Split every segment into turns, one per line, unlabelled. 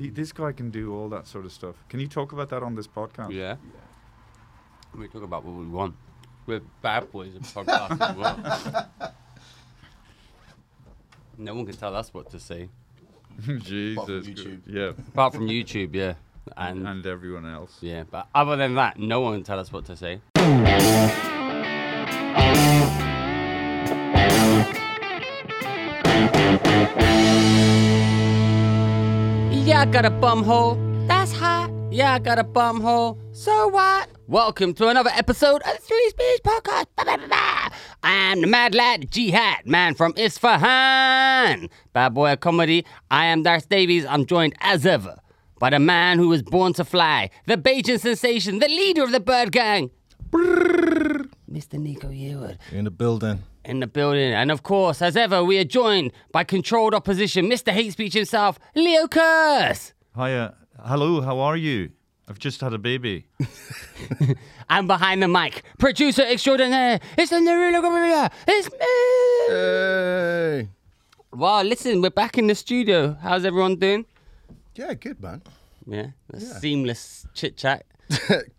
Th- this guy can do all that sort of stuff. Can you talk about that on this podcast?
Yeah. We talk about what we want. We're bad boys of podcasts as well. No one can tell us what to say.
Jesus.
YouTube.
Christ. Yeah.
Apart from YouTube, yeah. And,
And everyone else.
yeah, but other than that, no one can tell us what to say. Yeah, I got a bum hole. That's hot. Yeah, I got a bum hole. So what? Welcome to another episode of the Three Speech Podcast. Ba, ba, ba, ba. I'm the mad lad, Jihad, man from Isfahan. Bad boy of comedy. I am Darth Davies. I'm joined as ever by the man who was born to fly, the Bajan sensation, the leader of the bird gang, Mr. Nico Yearwood
In the building.
in the building. And of course, as ever, we are joined by controlled opposition, Mr. Hate Speech himself, Leo Curse.
Hiya. Hello, how are you? I've just had a baby.
And behind the mic, producer extraordinaire, it's the Nerula Gorilla, it's me.
Hey.
Wow, listen, we're back in the studio. How's everyone doing?
Yeah, good man.
Yeah, that's seamless chit chat.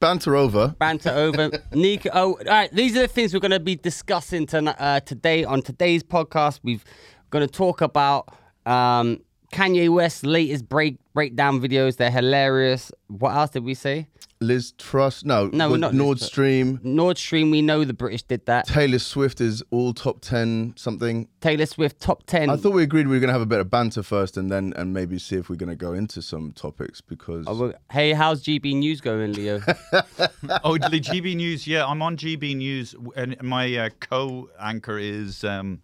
Banter over.
banter over. Nico, oh, all right. These are the things we're going to be discussing tonight, uh, today on today's podcast. We've going to talk about um, Kanye West's latest break breakdown videos. They're hilarious. What else did we say?
Liz Truss. No,
No,
with
not Liz
Nord
Truss.
Stream.
Nord Stream. We know the British did that.
Taylor Swift is all top 10 something.
Taylor Swift top ten.
I thought we agreed we were going to have a bit of banter first and then and maybe see if we're going to go into some topics because
Oh, Hey, how's GB News going, Leo?
oh, the GB News. Yeah, I'm on GB News, w- and my uh, co-anchor is um,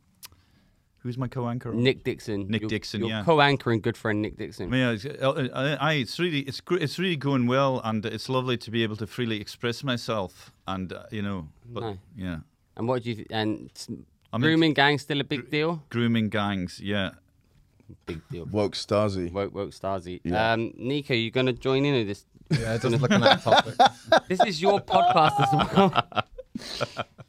who's my co-anchor?
Nick Dixon.
Nick
Your-
Dixon,
Your
yeah.
co-anchoring good friend Nick Dixon.
Yeah, it's, uh, uh, I, it's really it's gr- it's really going well, and it's lovely to be able to freely express myself, and uh, you know, but
Nice.
yeah,
And what do you? Th- and s-
I mean-
grooming gang still a big deal.
grooming gangs. Yeah,
Big deal.
woke Stasi.
Woke, woke, Starzy. Um, Nico, you gonna join in with this?
Yeah, just looking at topics.
This is your podcast as well.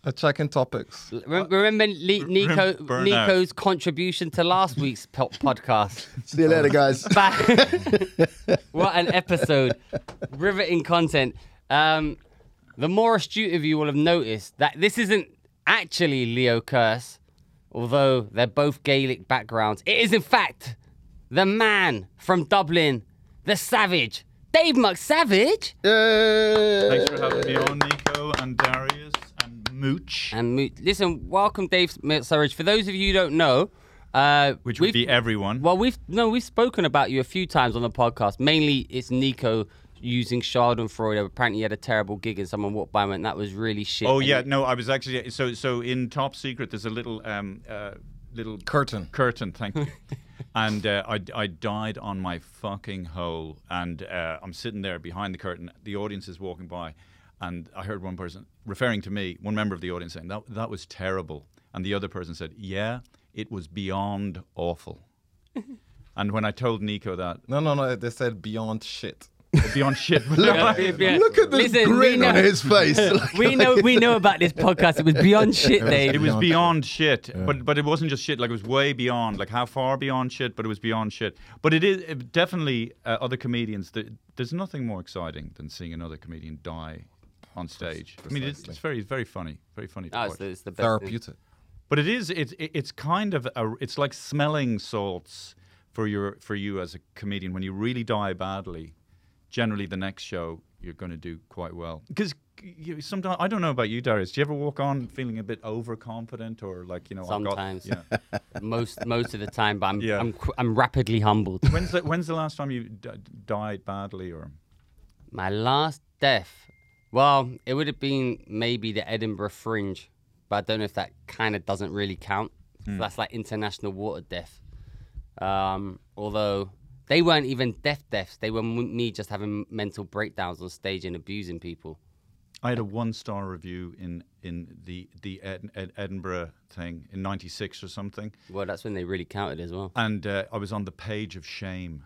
Uh, Checking topics.
Rem- Remember Li- Nico,
burn
Nico's contribution to last week's po- podcast.
See you later, guys.
Ba- what an episode! Riveting content. Um, the more astute of you will have noticed that this isn't actually Leo Curse, although they're both Gaelic backgrounds. It is in fact the man from Dublin, the Savage, Dave McSavage,
Yay.
thanks for having me on, Nico and Darius and Mooch,
and Mo- listen, welcome Dave McSavage. For those of you who don't know, uh,
which would
we've-
be everyone.
Well, we've no, we've spoken about you a few times on the podcast. Mainly, it's Nico using Schadenfreude. Apparently, he had a terrible gig and someone walked by and went, "That was really shit."
Oh
And
yeah, no, I was actually so so in Top Secret. There's a little um uh, little
Curtain.
curtain. Thank you. and uh, I I died on my fucking hole, and uh, I'm sitting there behind the curtain. The audience is walking by, and I heard one person referring to me, one member of the audience saying that that was terrible, and the other person said, yeah, it was beyond awful. and when I told Nico that
No, no, no. They said beyond shit.
beyond shit,
Yeah, yeah, yeah.
Look at the
Listen, we
grin
know,
on his face. Like,
we know we know about this podcast. It was beyond shit,
It
Dave.
was
Beyond
beyond shit, but but it wasn't just shit. Like it was way beyond. Like how far beyond shit, but it was beyond shit. But it is it definitely uh, other comedians. Th- there's nothing more exciting than seeing another comedian die on stage. I mean, it's, it's very very funny, very funny. To
Oh, it's
watch.
the, it's the best.
Therapeutic.
But it is it's it- it's kind of a it's like smelling salts for your for you as a comedian when you really die badly. Generally, the next show you're going to do quite well because. You, sometimes I don't know about you, Darius. Do you ever walk on feeling a bit overconfident or like you know? I've got-
Sometimes.
yeah.
Most most of the time, but I'm
Yeah.
I'm qu- I'm rapidly humbled.
When's the, when's the last time you d- died badly or
My last death. Well, it would have been maybe the Edinburgh Fringe, but I don't know if that kind of doesn't really count. So That's like international water death. Um, although they weren't even death deaths, they were m- me just having mental breakdowns on stage and abusing people.
I had a one star review in in the the Ed, Ed, Edinburgh thing in '96 or something,
Well, that's when they really counted as well.
and uh, I was on the page of shame.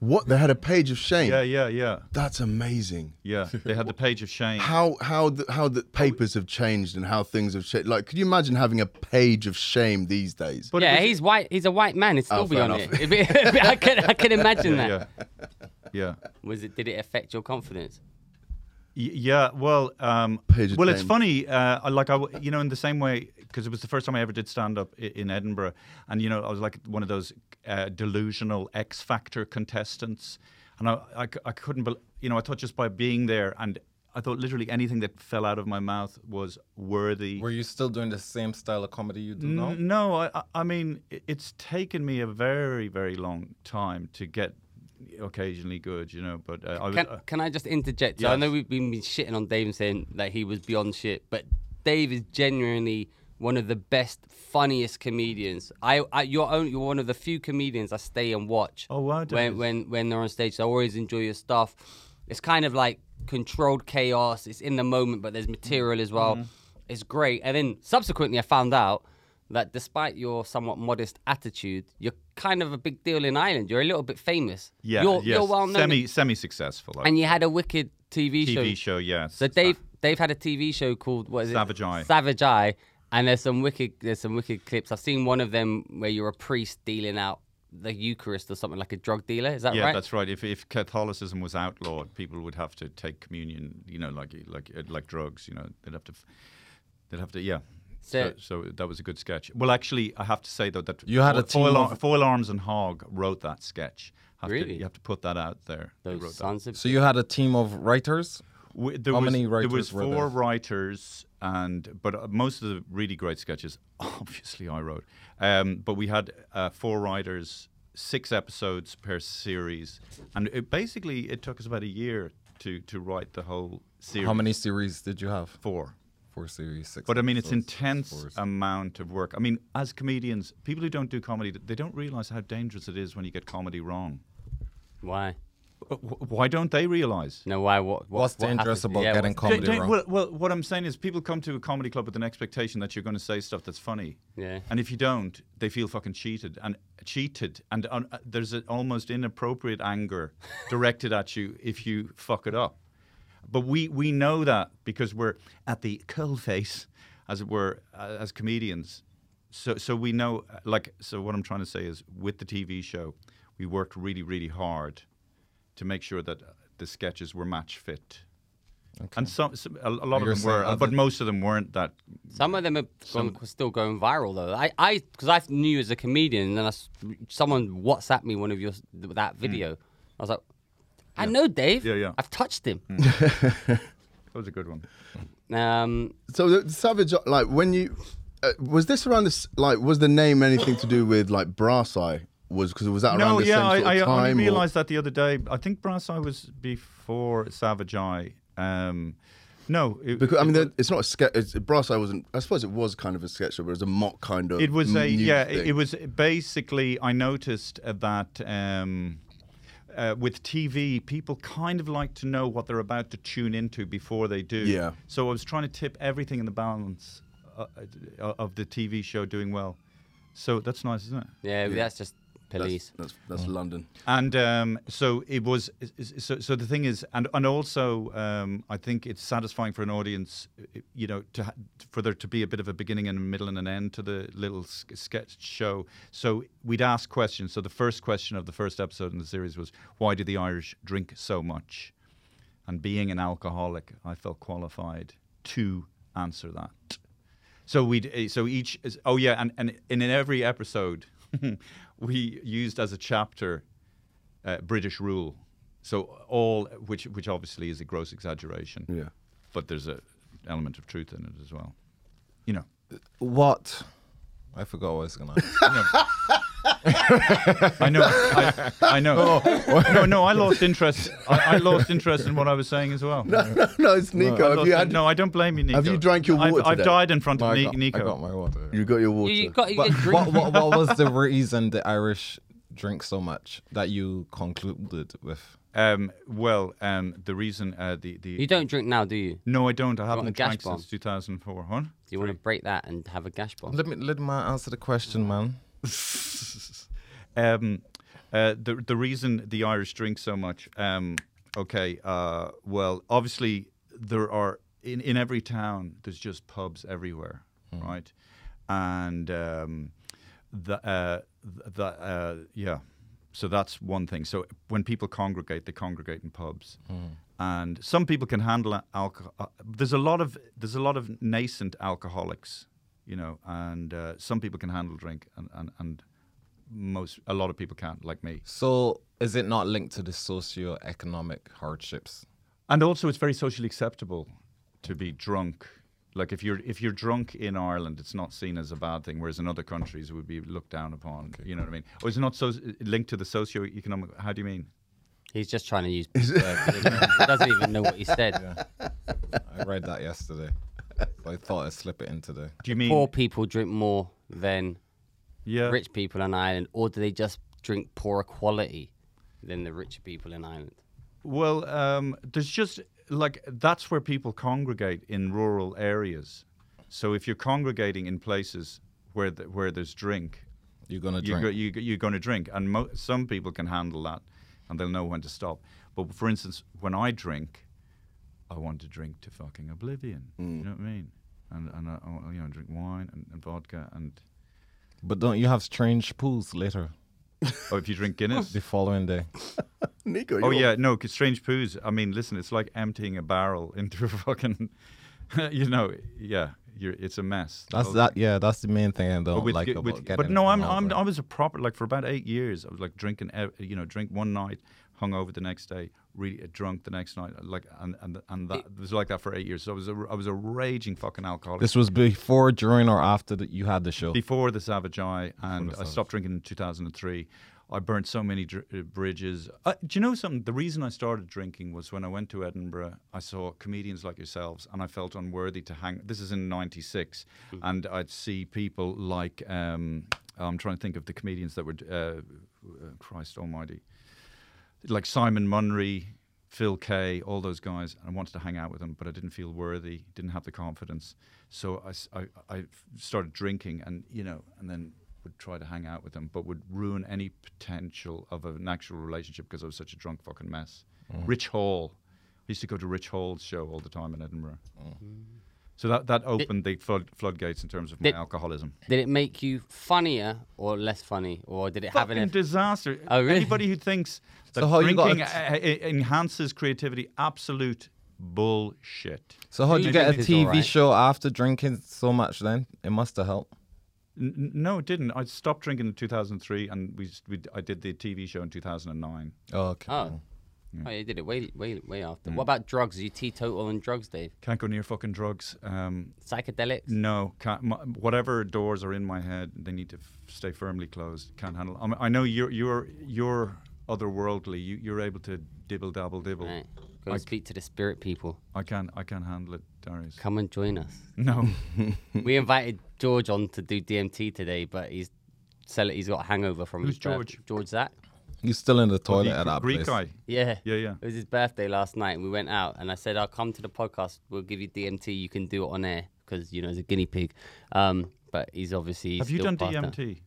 what? They had a page of shame.
Yeah, yeah, yeah,
That's amazing.
yeah. They had the page of shame.
how how the, how the papers have changed and how things have changed. Like, could you imagine having a page of shame these days?
But it
yeah,
was-
he's white. He's a white man. It's still
Oh,
be
fair
on
enough.
it. It'd be- I can I can imagine that.
yeah. yeah.
Was it? Did it affect your confidence?
Y- Yeah, well, um,
Page
well, it's
turn.
funny. Uh, I- like I, w- you know, in the same way, because it was the first time I ever did stand up i- in Edinburgh, and you know, I was like one of those uh, delusional X Factor contestants, and I, I, c- I couldn't, bel you know, I thought just by being there, and I thought literally anything that fell out of my mouth was worthy.
Were you still doing the same style of comedy you do now?
N- No, I, I- I mean, i- it's taken me a very, very long time to get occasionally good, you know. But uh, I was,
Can,
uh,
can I just interject? So I
yes.
know we've been shitting on Dave and saying that he was beyond shit, but Dave is genuinely one of the best, funniest comedians. I, I you're only, you're one of the few comedians I stay and watch.
Oh, wow,
When
Dave.
when when they're on stage, so I always enjoy your stuff. It's kind of like controlled chaos. It's in the moment, but there's material as well.
Mm-hmm.
It's great. And then subsequently, I found out that despite your somewhat modest attitude, you're kind of a big deal in Ireland. You're a little bit famous.
yeah,
you're,
yes,
you're well known.
semi, semi-successful. I
And you had a wicked TV, show.
TV show, yes.
So Dave, Dave had a TV show called what is
Savage
it?
Eye.
Savage Eye. And there's some wicked, there's some wicked clips. I've seen one of them where you're a priest dealing out the Eucharist or something like a drug dealer. Is that
yeah,
right?
that's right. If, if Catholicism was outlawed, people would have to take communion, you know, like like uh, like drugs. You know, they'd have to, f- they'd have to, yeah.
So-
So, so that was a good sketch. Well, actually, I have to say though that
You had a
Foil,
team
Ar-
of-
Foil Arms and Hog wrote that sketch. Have to-
Really?
you have to put that out there. They
Those
wrote that.
sons of
So you had a team of writers.
We, there
How
was,
many writers
There was
were
four
there?
writers, and but uh, most of the really great sketches, obviously, I wrote. Um, but we had uh, four writers, six episodes per series, and it, basically it took us about a year to to write the whole series.
How many series did you have?
Four.
Four series, six.
But I mean, it's
episodes,
intense
four se-
amount of work. I mean, as comedians, people who don't do comedy, they don't realize how dangerous it is when you get comedy wrong.
why?
Uh, wh- Why don't they realize?
No, why? What? what
What's
what
dangerous
happened?
about
Yeah,
getting
what's-
Don't-
comedy
don't-
wrong?
well, well, what I'm saying is, people come to a comedy club with an expectation that you're going to say stuff that's funny.
Yeah.
And if you don't, they feel fucking cheated and cheated. And uh, uh, there's an almost inappropriate anger directed at you if you fuck it up. But we we know that because we're at the coal face, as it were, uh, as comedians. So so we know uh, like so. What I'm trying to say is, with the TV show, we worked really really hard to make sure that uh, the sketches were match fit. And some, some a, a lot
you're
of them were,
saying
uh, but
other-
most of them weren't that.
Some of them are gone, still going viral though. I, I, because I knew as a comedian, and then I s someone WhatsApp me one of your that video. I was like, I know Dave.
Hmm. Yeah, Hmm. yeah.
I've touched him.
That was a good one.
Um,
So the, the Savage, like when you uh, was this around this, like was the name anything to do with like Brass Eye? Was because was that around
No,
the
yeah,
same
I,
sort
I
of time?
only
or-
realised that the other day. I think Brass Eye was before Savage Eye. Um, no, it,
Because I
it
mean,
was-
there- it's not a sketch. It's, Brass Eye wasn't. I suppose it was kind of a sketch show, but it was a mock kind of.
it was a
news
yeah.
thing.
It, it was basically I noticed uh, that um, uh, with TV, people kind of like to know what they're about to tune into before they do.
Yeah.
So I was trying to tip everything in the balance uh, uh, of the TV show doing well. So that's nice, isn't it?
yeah, that's just police.
That's, that's, that's London.
And um, so it was. is- is- So, so the thing is, and and also, um, I think it's satisfying for an audience, uh, you know, to ha- for there to be a bit of a beginning and a middle and an end to the little s- sketch show. So we'd ask questions. So the first question of the first episode in the series was, "Why do the Irish drink so much?" And being an alcoholic, I felt qualified to answer that. So we so each is- oh yeah, and and, and in every episode, we used as a chapter uh, British rule. So all which which obviously is a gross exaggeration.
Yeah.
But there's a element of truth in it as well. You know.
what? I forgot what I was gonna. ask.
I know. I, I know.
Oh,
no, no, I lost interest. I, I lost interest in what I was saying as well.
no, it's
I
Nico. have
lost-
you had?
no, I don't blame you, Nico.
Have you drank your water
I've, I've
today?
died in front
No,
of
I
Ni-
got-
Nico.
I got my water.
You got your water.
You, you got you
But
get drink.
what, what, what was the reason the Irish drink so much that you concluded with?
Um, well, um, the reason uh, the the
You don't drink now, do you?
no, I don't. I
a
haven't
gas
drank
bomb?
since 2004. Huh?
Do you want to break that and have a gash bomb?
Let me let me answer the question, man.
um, uh, the the reason the Irish drink so much. Um, okay, uh, well, obviously there are in in every town. There's just pubs everywhere, right? And um, the uh, th- the uh, yeah. so that's one thing. So when people congregate, they congregate in pubs, and some people can handle alcohol. There's a lot of there's a lot of nascent alcoholics, you know, and uh, some people can handle drink, and, and and most a lot of people can't, like me.
So is it not linked to the socio-economic hardships?
And also, it's very socially acceptable to be drunk. Like if you're if you're drunk in Ireland, it's not seen as a bad thing, whereas in other countries it would be looked down upon. You know what I mean? Or it's not so linked to the socio-economic. How do you mean?
He's just trying to use words. that he knows. he doesn't even know what he said.
I read that yesterday. So I thought I'd slip it in today.
Do you mean
Poor people drink more than
yeah?
rich people in Ireland, or do they just drink poorer quality than the richer people in Ireland?
Well, um, there's just like that's where people congregate in rural areas. So if you're congregating in places where the, where there's drink,
You're gonna
you
drink.
go, you, you're going to drink, and mo- some people can handle that, and they'll know when to stop. But for instance, when I drink, I want to drink to fucking oblivion.
Mm.
You know what I mean? And and I, I want- you know drink wine and, and vodka and
but don't you have strange pools later
oh if you drink Guinness.
the following day?
Nico.
Oh
you're-
yeah, no, 'cause strange poos. I mean, listen, it's like emptying a barrel into a fucking, you know, yeah, you're, it's a mess. The
That's
whole
that. Yeah, that's the main thing I don't
But with-
like about
with-
getting.
but no, I'm, I'm
hungover.
I was a proper like for about eight years. I was like drinking, ev- you know, drink one night, hung over the next day, really uh, drunk the next night, like and and and that it was like that for eight years. So I was a, I was a raging fucking alcoholic
This was before, during, or after that you had the show.
before the Savage Eye, and I stopped drinking in 2003. I burnt so many dr- uh, bridges. Uh, do you know something? The reason I started drinking was when I went to Edinburgh, I saw comedians like yourselves, and I felt unworthy to hang. This is in '96, and I'd see people like um, I'm trying to think of the comedians that were uh, uh, Christ Almighty, like Simon Munry. Phil Kay, all those guys, and I wanted to hang out with them, but I didn't feel worthy, didn't have the confidence. So I, s- I- I f- started drinking and, you know, and then would try to hang out with them, but would ruin any potential of an actual relationship because I was such a drunk fucking mess. Rich Hall. I used to go to Rich Hall's show all the time in Edinburgh. So that, that opened the flood, floodgates in terms of my
Did-
alcoholism.
Did it make you funnier or less funny, or did it have an
fucking
effect?
disaster.
Oh, really?
Anybody who thinks that
how you got
drinking
a
uh, uh, enhances creativity, absolute bullshit.
So how do you get a
Drinking is
TV
alright.
show after drinking so much? Then it must have helped.
N- n- no, it didn't. I stopped drinking in 2003, and we, s- we d- I did the TV show in 2009.
Oh, okay.
Ah.
Oh. Oh, you did it way, way, way after. What about drugs? Are you teetotal on drugs, Dave?
Can't go near fucking drugs. Um,
Psychedelics?
no, can't, my, whatever doors are in my head, they need to f- stay firmly closed. Can't handle. I, mean, I know you're you're you're otherworldly. You, you're able to dibble dabble dibble.
Right. Go and speak to the spirit people.
I can I can handle it, Darius.
Come and join us.
No,
we invited George on to do DMT today, but he's sell He's got a hangover from
Who's
his birth-
George?
George Zach.
He's still in the toilet
The
at that
Greek
place.
guy.
Yeah.
Yeah, yeah.
It was his birthday last night, and we went out, and I said, "I'll come to the podcast. We'll give you DMT. You can do it on air because you know he's a guinea pig." Um, but he's obviously
Have you
still
done
passed out.
DMT?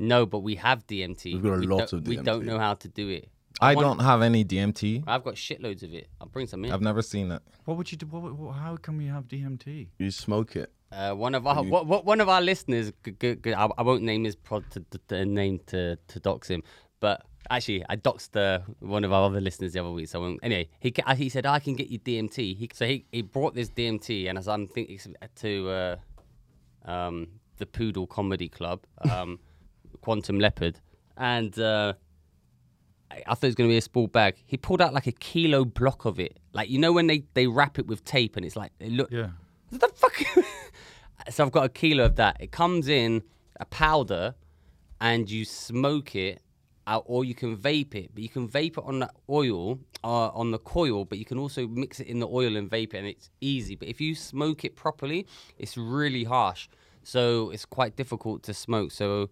No, but we have DMT.
We've got a
We
lot
don't-
of
We don't
DMT.
know how to do it.
I
want-
don't have any DMT.
I've got shitloads of it. I'll bring some in.
I've never seen it.
What would you do? What, what, how come you have DMT?
You smoke it.
Uh, one of our what, what, one of our listeners, g- g- g- I, I won't name his prod to, to, to name to to dox him, but actually I doxed uh, one of our other listeners the other week. So I won't- anyway, he ca- he said "Oh, I can get you DMT. He, so he, he brought this DMT, and as I'm thinking to uh, um, the Poodle Comedy Club, um, Quantum Leopard, and. Uh, I I thought it was going to be a small bag. He pulled out like a kilo block of it. Like, you know, when they, they wrap it with tape and it's like, it look,
Yeah.
what the fuck? so I've got a kilo of that. It comes in a powder, and you smoke it, out, or you can vape it. But you can vape it on the oil, uh, on the coil. But you can also mix it in the oil and vape it, and it's easy. But if you smoke it properly, it's really harsh. So it's quite difficult to smoke. So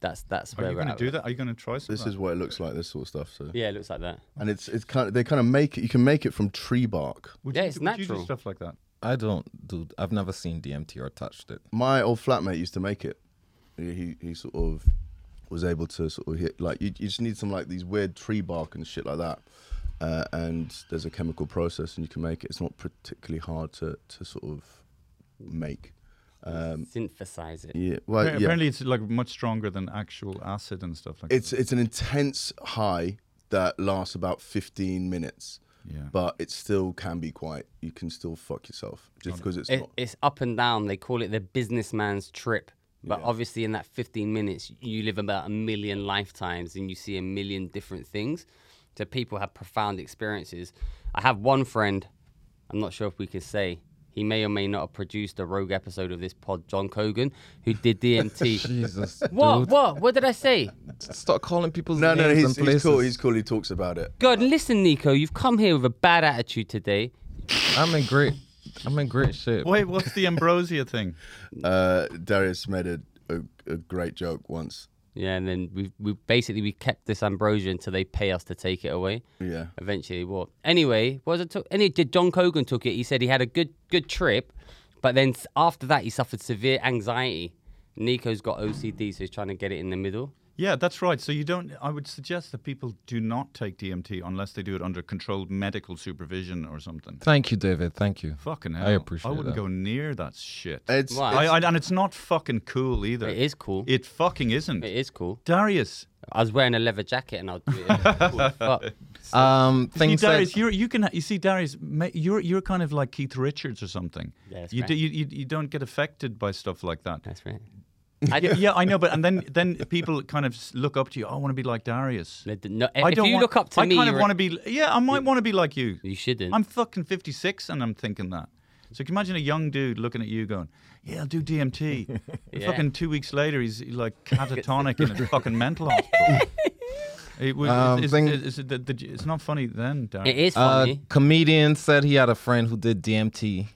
that's that's
Are
where
you
we're
going to
at
do
with it.
that? Are you going to try some?
This is what it looks like. This sort of stuff. So
Yeah, it looks like that.
and it's it's kind of they kind of make it. You can make it from tree bark.
Would
Yeah,
you,
it's
would You
natural.
do stuff like that.
I don't do. I've never seen DMT or touched it.
My old flatmate used to make it. He he- he sort of was able to sort of hit like you, you just need some like these weird tree bark and shit like that. Uh, and there's a chemical process and you can make it. It's not particularly hard to to sort of make. Um,
synthesize it.
yeah, well, Uh, yeah.
Apparently, it's like much stronger than actual acid and stuff like
it's it's an intense high that lasts about 15 minutes
that. Yeah.
but it still can be quite you can still fuck yourself just because it's
It,
not
it's up and down. They call it the businessman's trip. But obviously, in that 15 minutes, you live about a million lifetimes and you see a million different things. So people have profound experiences. I have one friend, I'm not sure if we could say, he may or may not have produced a rogue episode of this pod, John Cogan, who did DMT.
Jesus.
what?
dude.
What? What did I say?
Stop calling people's
no
names
no
and
he's,
places.
he's cool he's cool he talks about it
God, listen, Nico, you've come here with a bad attitude today.
I'm in great. I'm in great shape.
Wait, what's the ambrosia thing?
uh darius made a, a, a great joke once
Yeah, and then we, we basically we kept this ambrosia until they pay us to take it away.
yeah
Eventually, what? Anyway, what was it? To- any John Cogan took it. He said he had a good good trip, but then s- after that he suffered severe anxiety. Nico's got OCD, so he's trying to get it in the middle.
Yeah, that's right. So you don't. I would suggest that people do not take DMT unless they do it under controlled medical supervision or something.
Thank you, David. Thank you.
Fucking hell!
I appreciate
I wouldn't
that.
go near that shit.
it's
Why?
I, I, and it's not fucking cool either.
It is cool.
It fucking isn't.
It is cool.
Darius,
I was wearing a leather jacket and I'll do it. Cool, fuck.
Um,
see,
things that
Darius, you're, you can you see Darius, ma- you're you're kind of like Keith Richards or something.
Yeah, that's
you,
right.
do, you you you don't get affected by stuff like that.
That's right.
yeah, yeah, I know, but and then then people kind of s- look up to you. "Oh, I want to be like Darius.
No, d- no,
I
if
don't
you
want-
look up to
I
me,
kind of
you're-
want to be. Yeah, I might want to be like you.
you shouldn't.
I'm fucking 56 and I'm thinking that. So can you imagine a young dude looking at you going, "Yeah, I'll do DMT." And
Yeah.
Fucking two weeks later, he's like catatonic in a fucking mental hospital. It was,
Um,
is,
thing-
is, is it the, the, it's not funny then, Darren.
it is
uh,
funny.
comedian said he had a friend who did DMT,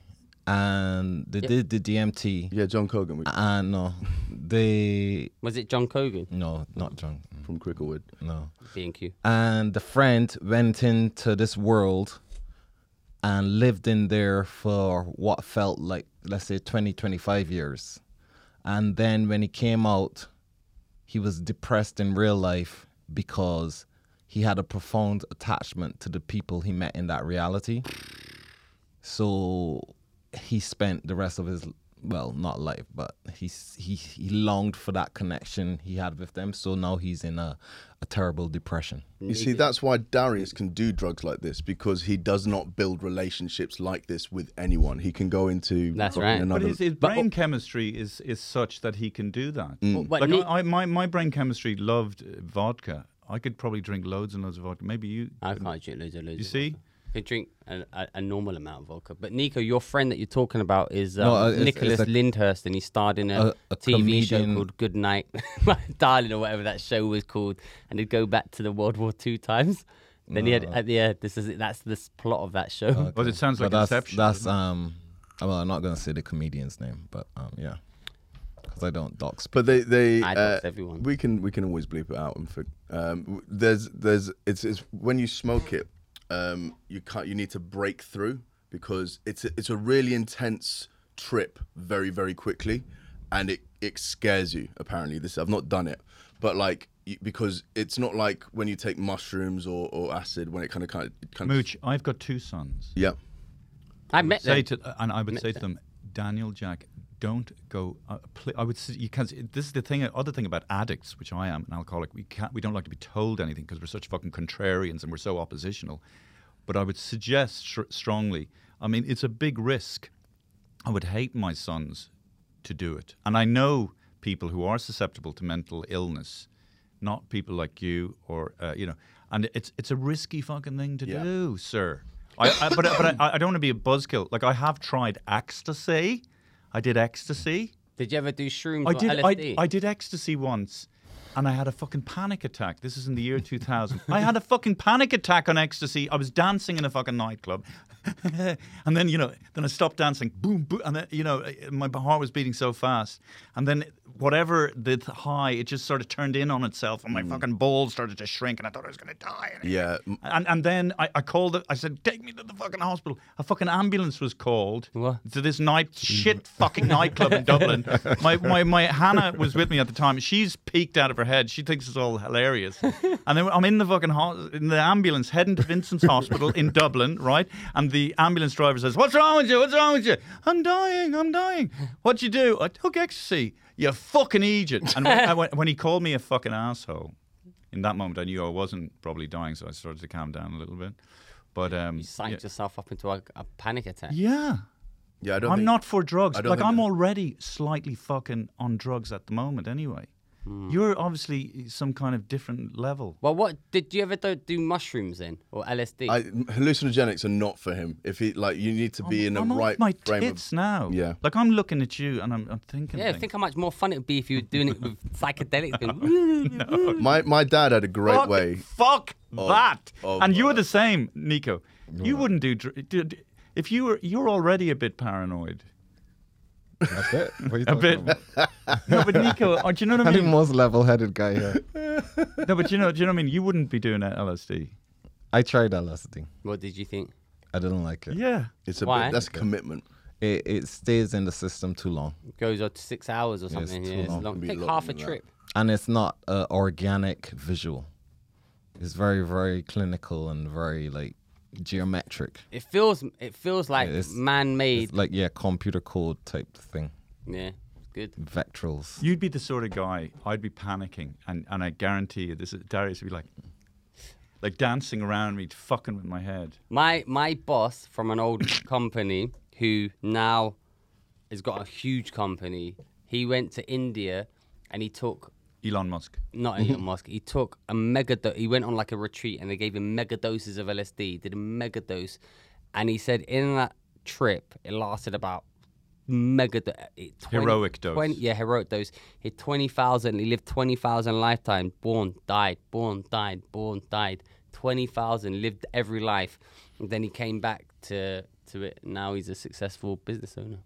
and they did the DMT.
yeah john cogan we-
And Uh, no, they
was it John Cogan?
no, not drunk.
from cricklewood
No.
B and Q.
and the friend went into this world and lived in there for what felt like let's say 20 25 years and then when he came out he was depressed in real life because he had a profound attachment to the people he met in that reality so he spent the rest of his well not life but he s- he he longed for that connection he had with them so now he's in a, a terrible depression
you see that's why darius can do drugs like this because he does not build relationships like this with anyone he can go into
That's
fucking
right.
But
another
his, his
But-
brain chemistry is is such that he can do that.
But
like
Ni-
I, I, my my brain chemistry loved uh, vodka. I could probably drink loads and loads of vodka. Maybe you
I can't drink loads and loads.
you
of
see.
vodka. I could drink a, a, a normal amount of vodka. But Nico, your friend that you're talking about is um,
No, uh, it's-
Nicholas
it's a-
Lyndhurst, and he starred in a,
A- a
TV show
comedian.
called Good Night, My Darling, or whatever that show was called. And he'd go back to the World War II times. Then he had at the end. This is it, that's this plot of that show.
Uh,
Well, it sounds like
But that's
Inception.
that's um. Well, I'm not gonna say the comedian's name, but um, yeah, because I don't dox. But
But they, they
I
uh,
dox everyone.
We can we can always bleep it out. And for, um, w- there's there's it's, it's when you smoke it, um, you can't you need to break through because it's a, it's a really intense trip very very quickly, and it it scares you. Apparently, this I've not done it, but like you, because it's not like when you take mushrooms or, or acid when it kind of kind of, kind of
Mooch, I've got two sons.
yeah.
I met
say
them.
to, uh, and I would say to them, Daniel Jack, don't go. Uh, pl- I would. s- You can't. This is the thing. uh, Other thing about addicts, which I am, an alcoholic. We can't. We don't like to be told anything because we're such fucking contrarians and we're so oppositional. But I would suggest str- strongly. I mean, it's a big risk. I would hate my sons to do it, and I know people who are susceptible to mental illness, not people like you or uh, you know. And it's it's a risky fucking thing to
Yeah.
do do, sir. I, I, but but I, I don't want to be a buzzkill. Like I have tried ecstasy. I did ecstasy.
Did you ever do shrooms
I
or
did I,
LSD?
I did ecstasy once, and I had a fucking panic attack. This is in the year 2000. I had a fucking panic attack on ecstasy. I was dancing in a fucking nightclub, and then you know, then I stopped dancing. Boom, boom, and then you know, my heart was beating so fast. And then whatever the th- high, it just sort of turned in on itself, and my fucking balls started to shrink, and I thought I was going to die. And
Yeah. m-
And, and then I, I called, the, I said, take me to the fucking hospital. A fucking ambulance was called
What?
to this night, shit fucking nightclub in Dublin. My, my, my Hannah was with me at the time. She's peeked out of her head. She thinks it's all hilarious. And then I'm in the fucking ho- in the ambulance heading to Vincent's Hospital in Dublin, right? And the ambulance driver says, what's wrong with you? What's wrong with you? I'm dying. I'm dying. What'd you do? I took ecstasy. You fucking Egypt. And when, I went- when he called me a fucking asshole, in that moment, I knew I wasn't probably dying, so I started to calm down a little bit. But um,
You psyched
yeah,
yourself up into a, a panic attack.
yeah.
Yeah, I don't
I'm
think-
not for drugs.
I don't
Like
think
I'm
that-
already slightly fucking on drugs at the moment, anyway.
Hmm.
You're obviously some kind of different level.
Well, what did you ever do, do mushrooms in or LSD?
I, hallucinogenics are not for him. If he like, you need to be in a
I'm off
right
my
frame of
tits now.
Yeah.
Like I'm looking at you and I'm, I'm thinking.
yeah,
things.
think how much more fun it would be if you were doing it with psychedelics. going,
My my dad had a great
fuck,
way.
Fuck that.
of,
and you're
uh,
the same, Nico. You wouldn't do. dr- did- If you were, you're already a bit paranoid.
That's it. What are you
A
talking
bit.
about?
no, but Nico, uh, do you know what I
I'm the
mean?
most level-headed guy here.
No, but you know, do you know what I mean? You wouldn't be doing that LSD.
I tried that last thing.
what did you think?
I didn't like it.
Yeah.
It's a
Why?
bit, that's a commitment.
It, it stays in the system too long,
Goes up to six hours or something.
too
yeah, it's
long.
long.
Can be
Take
longer
half a
than that.
trip.
and it's not an organic visual. It's very, very clinical and very like geometric.
It feels it feels like
it's-
man-made.
It's like yeah, computer code type thing,
yeah, good.
vectors.
You'd be the sort of guy I'd be panicking, and, and I guarantee you, this is, Darius would be like, like dancing around me, fucking with my head.
My my boss from an old company who now has got a huge company. He went to India and he took
Elon Musk.
not Elon Musk. He took a mega. Do- he went on like a retreat, and they gave him mega doses of LSD. Did a mega dose, and he said in that trip it lasted about mega do- it- 20
Heroic dose.
20 yeah, heroic dose. He had twenty thousand. He lived twenty thousand lifetime. Born, died. Born, died. Born, died. Twenty thousand. Lived every life. And then he came back to to it. Now he's a successful business owner.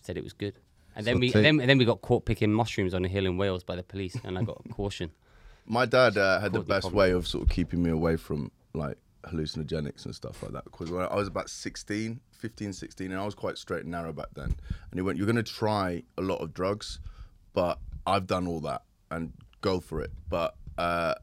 Said it was good. And then
So
we
take-
then, then we got caught picking mushrooms on a hill in Wales by the police, and I got a caution.
My dad uh, had the
Courtney
best
Cobbler.
way of sort of keeping me away from like hallucinogenics and stuff like that because when I was about 16, 15, 16, and I was quite straight and narrow back then. And he went, You're going to try a lot of drugs, but I've done all that and go for it. But uh,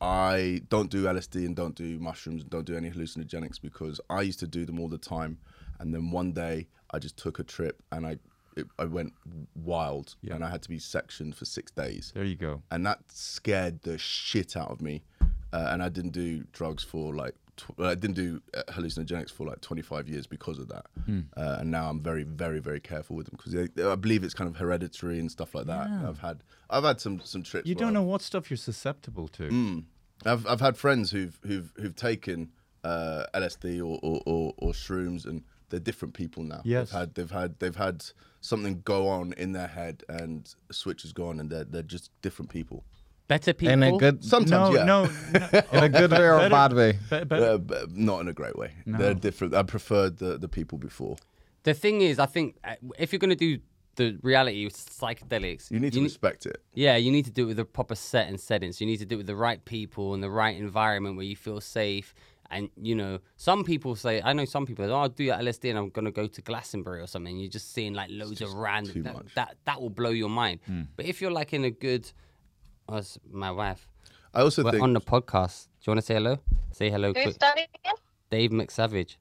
I don't do LSD and don't do mushrooms and don't do any hallucinogenics because I used to do them all the time. And then one day I just took a trip and I. It, I went wild and I had to be sectioned for six days
There you go.
and that scared the shit out of me. Uh, and I didn't do drugs for like tw- well, I didn't do uh, hallucinogenics for like 25 years because of that.
Hmm.
Uh, and now I'm very, very, very careful with them because I believe it's kind of hereditary and stuff like that. I've had I've had some some trips.
You
where
don't
I've-
know what stuff you're susceptible to.
Mm.
I've I've had friends who've who've who've taken uh, LSD or, or, or, or shrooms and they're different people now.
Yes.
They've had they've had they've had something go on in their head and a switch is gone and they're they're just different people.
Better people.
In a good,
Sometimes
No,
yeah.
no, no.
in a good way or a bad way.
Be- be-
Uh, but not in a great way. They're different. I preferred the, the people before.
The thing is, I think uh, if you're going to do the reality with psychedelics,
You need to
ne-
respect it.
yeah, you need to do it with a proper set and settings. You need to do it with the right people and the right environment where you feel safe. And you know, some people say, I know some people. Oh, I'll do LSD and I'm going to go to Glastonbury or something. You're just seeing like loads of random.
too
that,
much. Hmm.
that that will blow your mind. But if you're like in a good, as my wife,
I also
we're
think
on the podcast. Do you want to say hello? Say hello,
Who's
quick.
done it again?
Dave McSavage.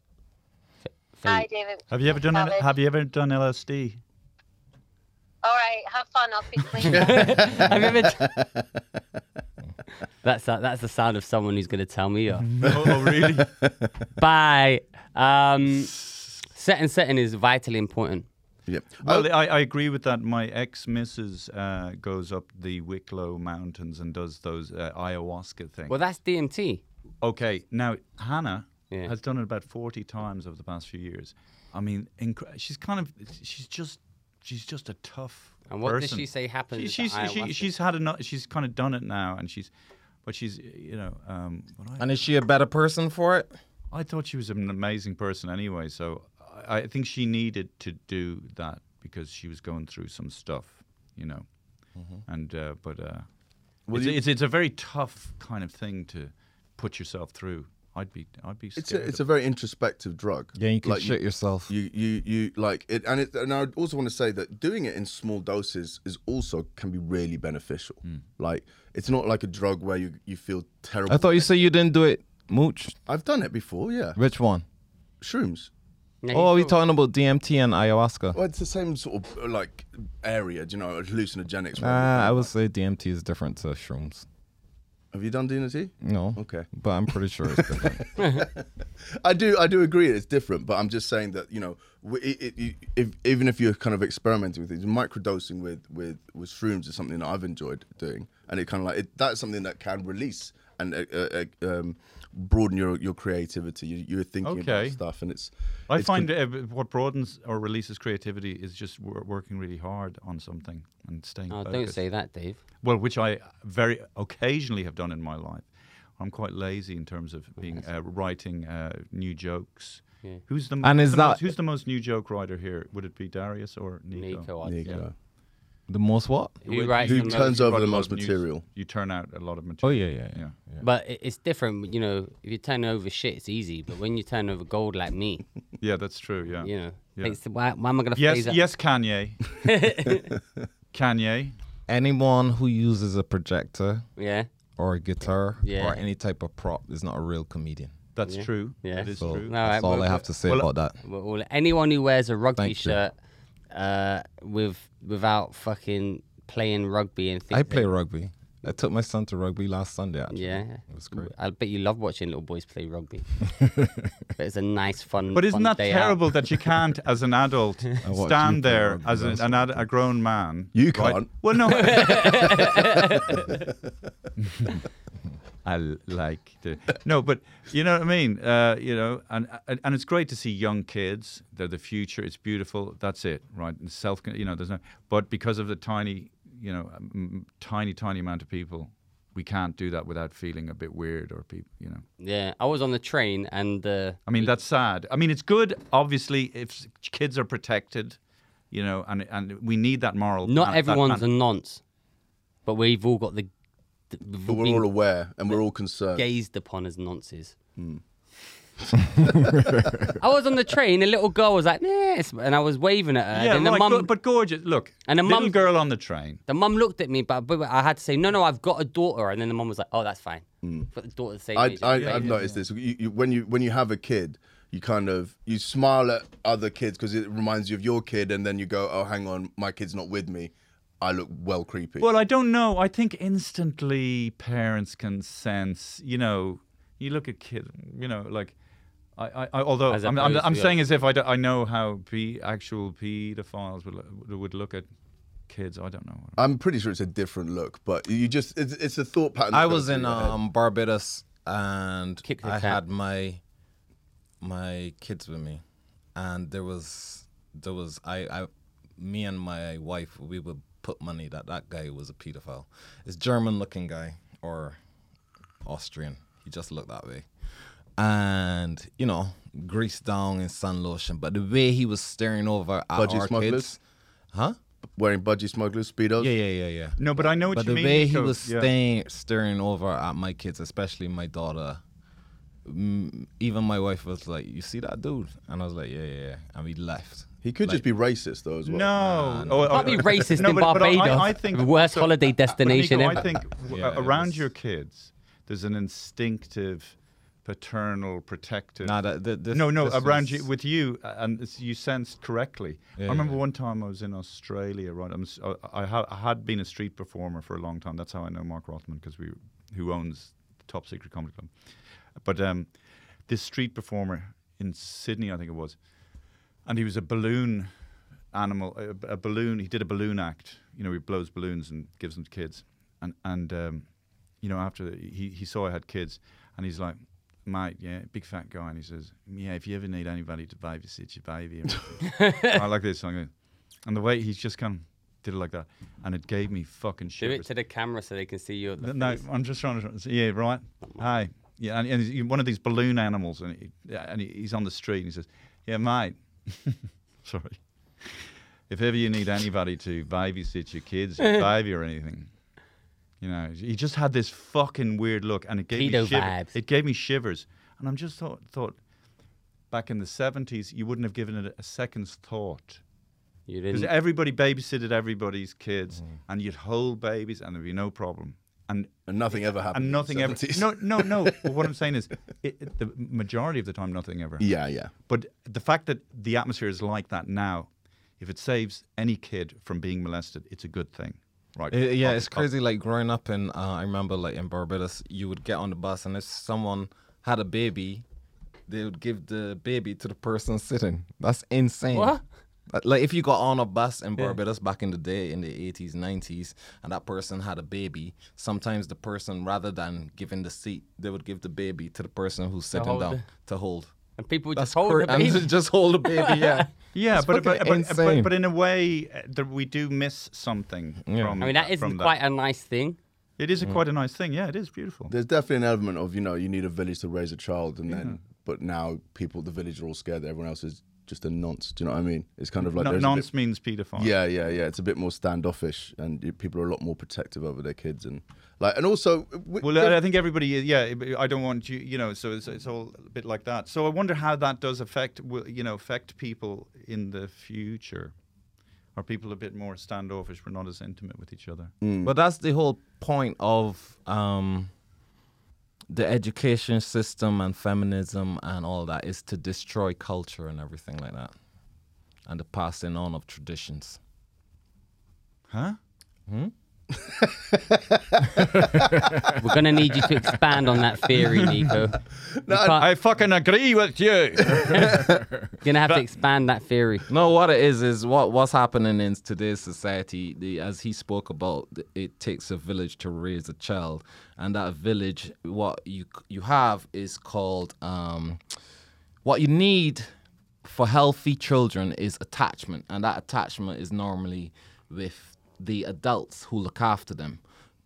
F-
Hi,
fave.
David.
have you ever done?
Savage.
Have you ever done LSD?
All right, have fun. I'll speak to you later.
Have you ever that's that, that's the sound of someone who's going to tell me off.
oh, oh, really?
Bye. Um, set and setting is vitally important.
yeah. Oh,
Well, I, I agree with that. My ex missus uh, goes up the Wicklow Mountains and does those uh, ayahuasca things.
Well, that's DMT.
Okay, now Hannah
Yeah.
has done it about forty times over the past few years. I mean, incre- she's kind of she's just she's just a tough.
And what does
person.
she say happens
She,
at
she's she,
ayahuasca?
she's had enough. She's kind of done it now, and she's. But she's, you know, um, what I,
And is she a better person for it?
I thought she was an amazing person anyway. So I, I think she needed to do that because she was going through some stuff. you know. And uh, but uh,
Mm-hmm. Well,
it's,
you-
it's it's a very tough kind of thing to put yourself through. I'd be I'd be
It's
scared.
a, it's a very introspective drug.
Yeah, you can
Like,
shit yourself.
You you you like it, and it, and I also want to say that doing it in small doses is also can be really beneficial. Like it's not like a drug where you you feel terrible.
Hmm. I thought you said you didn't do it mooch.
I've done it before. Yeah,
Which one?
shrooms.
Oh, are we talking about DMT and ayahuasca?
Well, it's the same sort of uh, like area. Do you know hallucinogenics?
Uh, I would say DMT is different to shrooms.
Have you done DMT?
No.
Okay.
But I'm pretty sure it's different.
I do, I do agree it's different, but I'm just saying that you know, w- it, it, you- if, even if you're kind of experimenting with things, microdosing with with with shrooms is something that I've enjoyed doing, and it kind of like it, that's something that can release and uh, uh, uh, um, broaden your your creativity. You, you're thinking
Okay.
about stuff, and it's
I
it's
find uh, what broadens or releases creativity is just wor- working really hard on something and staying.
Oh, don't
focused.
say that, Dave.
Well, which I very occasionally have done in my life. I'm quite lazy in terms of being uh, writing uh, new jokes. Who's the, mo-
And
who's
is
the
that-
most, who's the most new joke writer here? Would it be Darius or Nico?
Nico, I
There you
think.
go.
the most what?
Who writes
who
the most-
turns
You
over
write
the
a lot
most
of news-
material.
You turn out a lot of
Oh
material.
yeah, yeah, yeah. yeah.
But it- it's different, you know. If you turn over shit, it's easy. But when you turn over gold like me,
yeah. that's true. Yeah.
you know,
Yeah.
it's- why, why am I gonna phase
Yes,
up?
yes, Kanye. Kanye.
Anyone who uses a projector
Yeah.
or a guitar
Yeah.
or any type of prop is not a real comedian.
That's true.
Yeah.
That is
So
true.
No. Alright,
that's all
well,
I have to say
well,
about that.
Well, all- anyone who wears a rugby
Thank you.
shirt uh, with without fucking playing rugby and things.
I play rugby. I took my son to rugby last Sunday. Actually.
Yeah.
it was great.
I bet you love watching little boys play rugby. but it's a nice fun.
But isn't
fun
that
day
terrible
Out.
that you can't, as an adult,
you
stand
play
there
rugby,
as an,
that's
an ad, a grown man?
You
right?
can't.
Well, no. I l- like to. No, but you know what I mean. Uh, you know, and, and and it's great to see young kids. They're the future. It's beautiful. That's it, right? And self, you know, there's no. But because of the tiny, you know, um, tiny, tiny amount of people, we can't do that without feeling a bit weird or people, you know.
Yeah. I was on the train and. Uh,
I mean, that's sad. I mean, it's good, obviously, if s- kids are protected, you know, and and we need that moral.
Not
that- that
everyone's a
man-
nonce, but we've all got the. the we've
But
all
we're
been
all aware and we're all concerned.
gazed upon as nonces.
Hmm.
I was on the train. A little girl was like, "Yes," and I was waving at her.
yeah,
and the
right,
mum,
go- but gorgeous. Look,
And a
little
mum-
girl on the train.
the mum looked at me, but, but I had to say, "No, no, I've got a daughter." And then the mum was like, "Oh, that's fine." But the daughter the same
Hmm. I,
age.
I,
Yeah,
I've
yeah.
noticed this. You, you, when you when you have a kid, you kind of you smile at other kids because it reminds you of your kid, and then you go, "Oh, hang on, my kid's not with me. I look well creepy."
Well, I don't know. I think instantly parents can sense. You know, you look at kids. You know, like. I, I, I, although
As
I'm, I'm,
opposed
I'm
to the-
saying as if I, don't- I know how pe- actual paedophiles would, lo- would look at kids. I don't know.
I'm pretty sure it's a different look, but you just it's, it's a thought pattern. that
I
goes
was
through
in
your head.
um, Barbados and
Kick the
I
cat.
had my my kids with me, and there was there was I, I me and my wife we would put money that that guy was a pedophile. This German looking guy or Austrian. He just looked that way, and you know greased down in sun lotion. But the way he was staring over at
Budgie
our
smugglers?
kids, huh?
wearing budgie smugglers speedos.
Yeah, yeah, yeah, yeah.
No, but I know what
But
you
the
mean.
way he
Nico.
was
Yeah.
staying, staring over at my kids, especially my daughter, mm, even my wife was like, "You see that dude?" And I was like, "Yeah, yeah." yeah. And we left.
He could just be racist though as well.
No, Oh,
Can't
oh,
be
oh.
racist
No,
in
but- but I-
Barbados.
I think-
the worst
so-
holiday destination
Nico,
ever.
I think w- uh,
Yeah, it
around
was-
your kids, there's an instinctive, paternal, protective.
Nah, that, that, this,
no, no,
this
around
was-
you with you, uh, and it's, you sensed correctly. I remember one time I was in Australia. Right, I'm, s- I- I, ha- I had been a street performer for a long time. That's how I know Mark Rothman because we, who owns the Top Secret Comedy Club, but um, this street performer in Sydney, I think it was, and he was a balloon animal, a, a balloon. He did a balloon act. You know, he blows balloons and gives them to kids. And and um, you know, after he he saw I had kids, and he's like, mate, yeah, big fat guy, and he says, yeah, if you ever need anybody to babysit your baby, or- I like this. I'm going, and the way he's just kind of did it like that, and it gave me fucking shit.
Do it to the camera so they can see you. At the
No,
face.
I'm just trying to. Yeah, right. Hey, yeah, and, and he's one of these balloon animals, and he, yeah, and he, he's on the street, and he says, "Yeah, mate." Sorry. if ever you need anybody to babysit your kids, your baby or anything, you know, he just had this fucking weird look, and it gave
Pedo
me shiver-
vibes.
It gave me shivers, and I'm just thought thought back in the '70s, you wouldn't have given it a second's thought.
You
Because
didn't.
everybody babysitted everybody's
Mm.
kids, and you'd hold babies, and there'd be no problem. And
and nothing ever happened.
and
in the
nothing ever.
70s.
No, no, no. but what I'm saying is, it, it- the majority of the time, nothing ever.
Yeah, yeah.
But the fact that the atmosphere is like that now, if it saves any kid from being molested, it's a good thing, right?
It- Uh, yeah,
Up-
it's
up-
crazy. Like growing up in, uh, I remember like in Barbados, you would get on the bus, and if someone had a baby, they would give the baby to the person sitting. That's insane.
What?
Like- Like if you got on a bus in Barbados back in the day in the eighties, nineties, and that person had a baby, sometimes the person rather than giving the seat, they would give the baby to the person who's sitting
hold
down
it.
to hold.
and people would
That's
just hold
cra-
the
and
baby.
just hold the baby. Yeah.
Yeah,
It's
but but,
fucking
but, but-
insane.
but in a way, uh, that we do miss something from.
I mean, that
that-
is
from
quite a nice thing.
It is a
Mm.
quite a nice thing. Yeah, it is beautiful.
There's definitely an element of you know you need a village to raise a child, and
Mm-hmm.
then but now people the village are all scared that everyone else is just a nonce. Do you know what I mean? It's kind of like
No,
there's a
nonce
bit-
means paedophile.
yeah, yeah, yeah. It's a bit more standoffish, and y- people are a lot more protective over their kids, and like and also uh, w-
Well,
uh,
I I think everybody, is- yeah, I don't want you, you know, so it's, it's all a bit like that. So I wonder how that does affect, will- you know, affect people in the future. Are people a bit more standoffish? We're not as intimate with each other.
But that's the whole point of um, the education system and feminism and all that is to destroy culture and everything like that, and the passing on of traditions.
Huh?
We're going to need you to expand on that theory, Nico. You're
I fucking agree with you.
going to have to expand that theory.
No, what it is is what what's happening in today's society. The, as he spoke about, th- it takes a village to raise a child, and that village, what you c- you have is called um, what you need for healthy children is attachment, and that attachment is normally with the adults who look after them.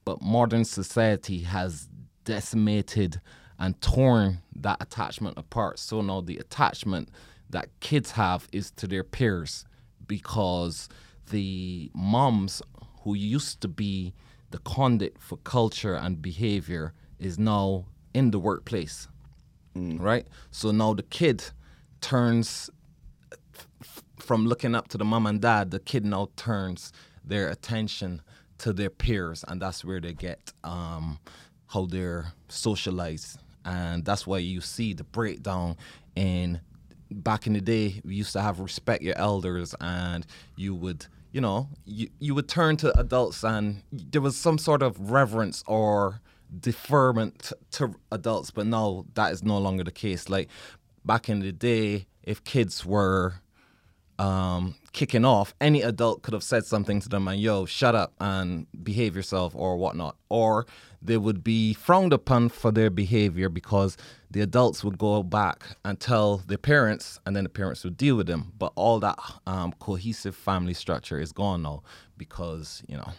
But modern society has decimated and torn that attachment apart. So now the attachment that kids have is to their peers because the moms who used to be the conduit for culture and behavior is now in the workplace right? So now the kid turns f- from looking up to the mom and dad, the kid now turns their attention to their peers, and that's where they get um, how they're socialized. And that's why you see the breakdown in back in the day we used to have respect your elders and you would you know you, you would turn to adults and there was some sort of reverence or deferment to adults but now that is no longer the case like back in the day if kids were um, kicking off, any adult could have said something to them and, yo, shut up and behave yourself or whatnot. Or they would be frowned upon for their behavior because the adults would go back and tell their parents and then the parents would deal with them. But all that um, cohesive family structure is gone now because, you know,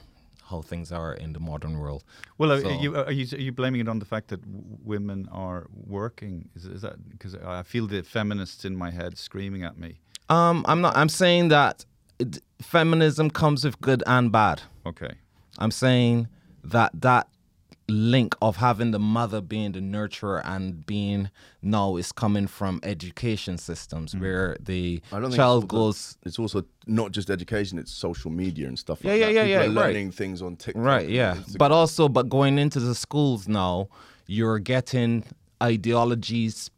how things are in the modern world.
Well, are,
So-
you, are, you, are you blaming it on the fact that w- women are working? Is, is that because I feel the feminists in my head screaming at me?
Um, I'm not, I'm saying that it, feminism comes with good and bad.
Okay.
I'm saying that that link of having the mother being the nurturer and being no is coming from education systems
Mm.
where the
I don't think
child
it's all the-
goes
It's also not just education; it's social media and stuff.
Yeah,
like
yeah,
that.
yeah,
People
yeah,
are
right.
Learning things on TikTok.
right
and
yeah
Instagram.
but also but going into the schools now you're getting ideologies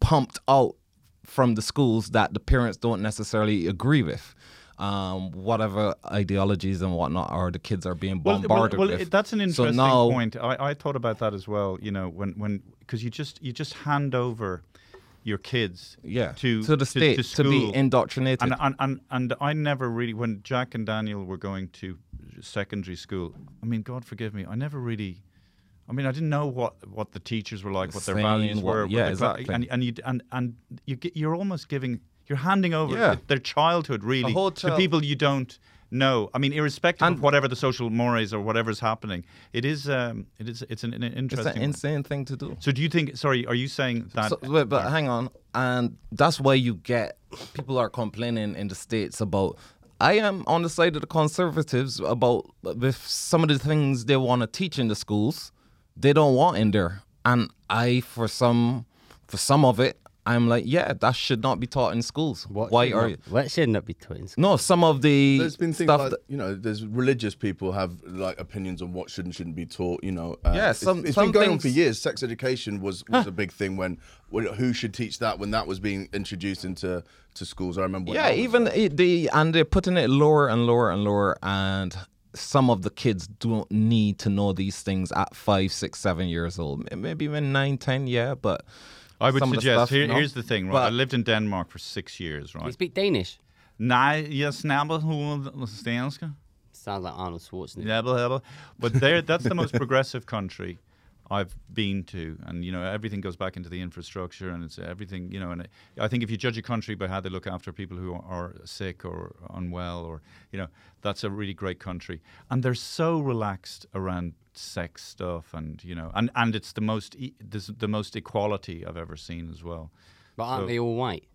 pumped out from the schools that the parents don't necessarily agree with um, whatever ideologies and whatnot are the kids are being
Well,
bombarded
well, well,
with
it- that's an interesting
so now,
point. I, I thought about that as well. You know, when when because you just you just hand over your kids
yeah
to
the state
to,
to be
school.
indoctrinated
and, and and and I never really when Jack and Daniel were going to secondary school. I mean, God forgive me, I never really. I mean, I didn't know what, what the teachers were like, what their
Same,
values
what-
were. what
yeah,
the cla-
exactly.
And and you and and you get, you're almost giving you're handing over
Yeah.
their childhood really
The whole
to
child-
people you don't know. I mean, irrespective
And-
of whatever the social mores or whatever's happening, it is um, it is it's an, an
It's
interesting.
an insane thing to do.
so do you think? Sorry, are you saying that?
So, but, but hang on, and that's why you get people are complaining in the states about I am on the side of the conservatives about with some of the things they want to teach in the schools, they don't want in there. And I, for some, for some of it, I'm like, yeah, that should not be taught in schools. Why
should
are
not-
you?
What should not be taught in school?
No, some of the
There's been things
stuff.
like
that-
you know, there's religious people have like opinions on what should and shouldn't be taught. You know, uh,
Yeah, some-
it's, it's
some
been going on
things-
for years. Sex education was was a big thing when, when who should teach that when that was being introduced into to schools. I remember. When
yeah,
I was-
even it, the and they're putting it lower and lower and lower, and some of the kids don't need to know these things at five, six, seven years old. M- Maybe even nine, ten, yeah, but.
I would
some of the
suggest.
stuff,
here,
no.
Here's the thing, right? I
But-
lived in Denmark for six years, right?
You speak Danish.
Now, yes, Nabelhovedstanska.
Sounds like Arnold Schwarzenegger.
Nabelhebel. But there, that's the most progressive country I've been to, and you know everything goes back into the infrastructure, and it's everything. You know, and it, I think if you judge a country by how they look after people who are, are sick or unwell, or you know, that's a really great country. And they're so relaxed around sex stuff, and you know, and and it's the most e- there's the most equality I've ever seen as well.
But aren't
So-
they all white?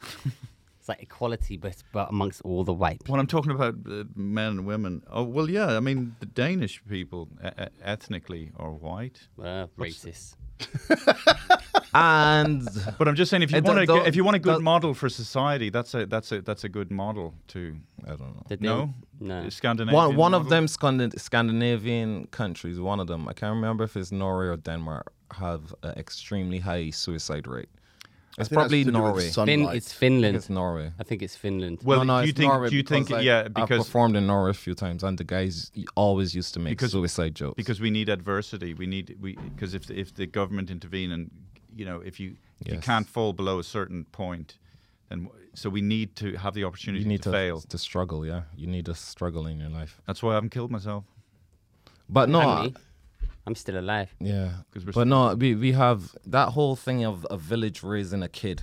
it's like equality, but, but amongst all the white people.
When I'm talking about uh, men and women, oh well, yeah. I mean, the Danish people uh, uh, ethnically are white.
Uh, racist.
And
But I'm just saying, if you
And the-
want
the-
to, if you want a good
the-
model for society, that's a that's a that's a good model to
I don't know.
Did they-
no
No.
Scandinavian.
one, one of
model?
them Scandi- Scandinavian countries, one of them, I can't remember if it's Norway or Denmark, have an extremely high suicide rate.
I think
It's
that's
probably
to do with
Norway.
Fin-
sunlight.
it's Finland.
It's Norway.
I think it's Finland.
Well,
no, no,
do you
it's
think
Norway
do you think
because, like,
yeah
I
because
performed in Norway a few times, and the guys always used to make
Because-
suicide jokes.
because we need adversity. We need we because if the, if the government intervene and you know if you if you
Yes.
can't fall below a certain point, then w- so we need to have the opportunity
you need to,
fail.
to struggle. Yeah, you need to struggle in your life.
That's why I haven't killed myself.
But no,
I'm me. I'm still alive.
yeah,
'Cause we're
but no, we we have that whole thing of a village raising a kid.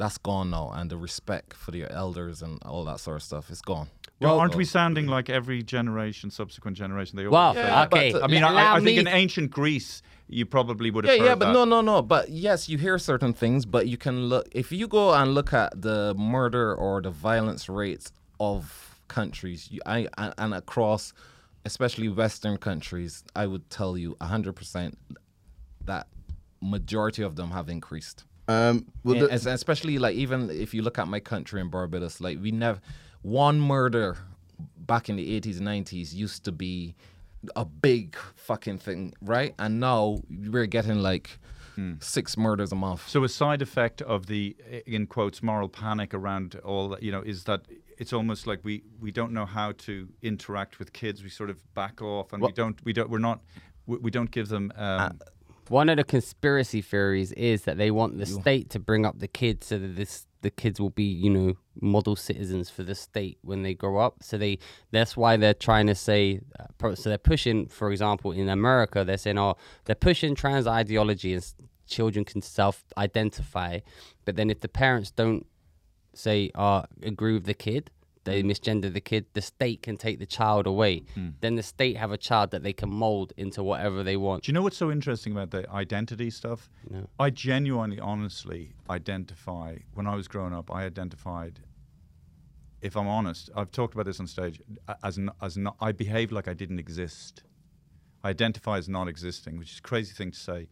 That's gone now, and the respect for your elders and all that sort of stuff is gone.
Well, aren't we sounding like every generation, subsequent generation? They all
Wow.
say that.
okay.
but, uh,
I mean,
Allow
I, I
me-
think in ancient Greece, you probably would
Yeah,
have.
yeah,
heard
but
that.
no, no, no. But yes, you hear certain things, but you can look if you go and look at the murder or the violence rates of countries, you, I and, and across, especially Western countries, I would tell you hundred percent that majority of them have increased.
um, well,
And
the-
es- E, especially like even if you look at my country in Barbados, like we never one murder back in the 80s, 90s used to be a big fucking thing, right? And now we're getting like six murders a month.
Hmm. So a side effect of the i- in quotes moral panic around all that, you know is that it's almost like we we don't know how to interact with kids. We sort of back off, and we don't we don't we're not we, we don't give them. Um,
One of the conspiracy theories is that they want the state to bring up the kids so that this the kids will be, you know, model citizens for the state when they grow up. So they that's why they're trying to say uh, pro- so they're pushing, for example, in America, they're saying, oh, they're pushing trans ideology and s- children can self-identify, but then if the parents don't say uh, agree with the kid they misgender the kid the state can take the child away then the state have a child that they can mold into whatever they want
do you know what's so interesting about the identity stuff?
No.
I genuinely, honestly identify. When I was growing up, I identified. If I'm honest, I've talked about this on stage. a- As n- as not, I behaved like I didn't exist. I identify as not existing, which is a crazy thing to say.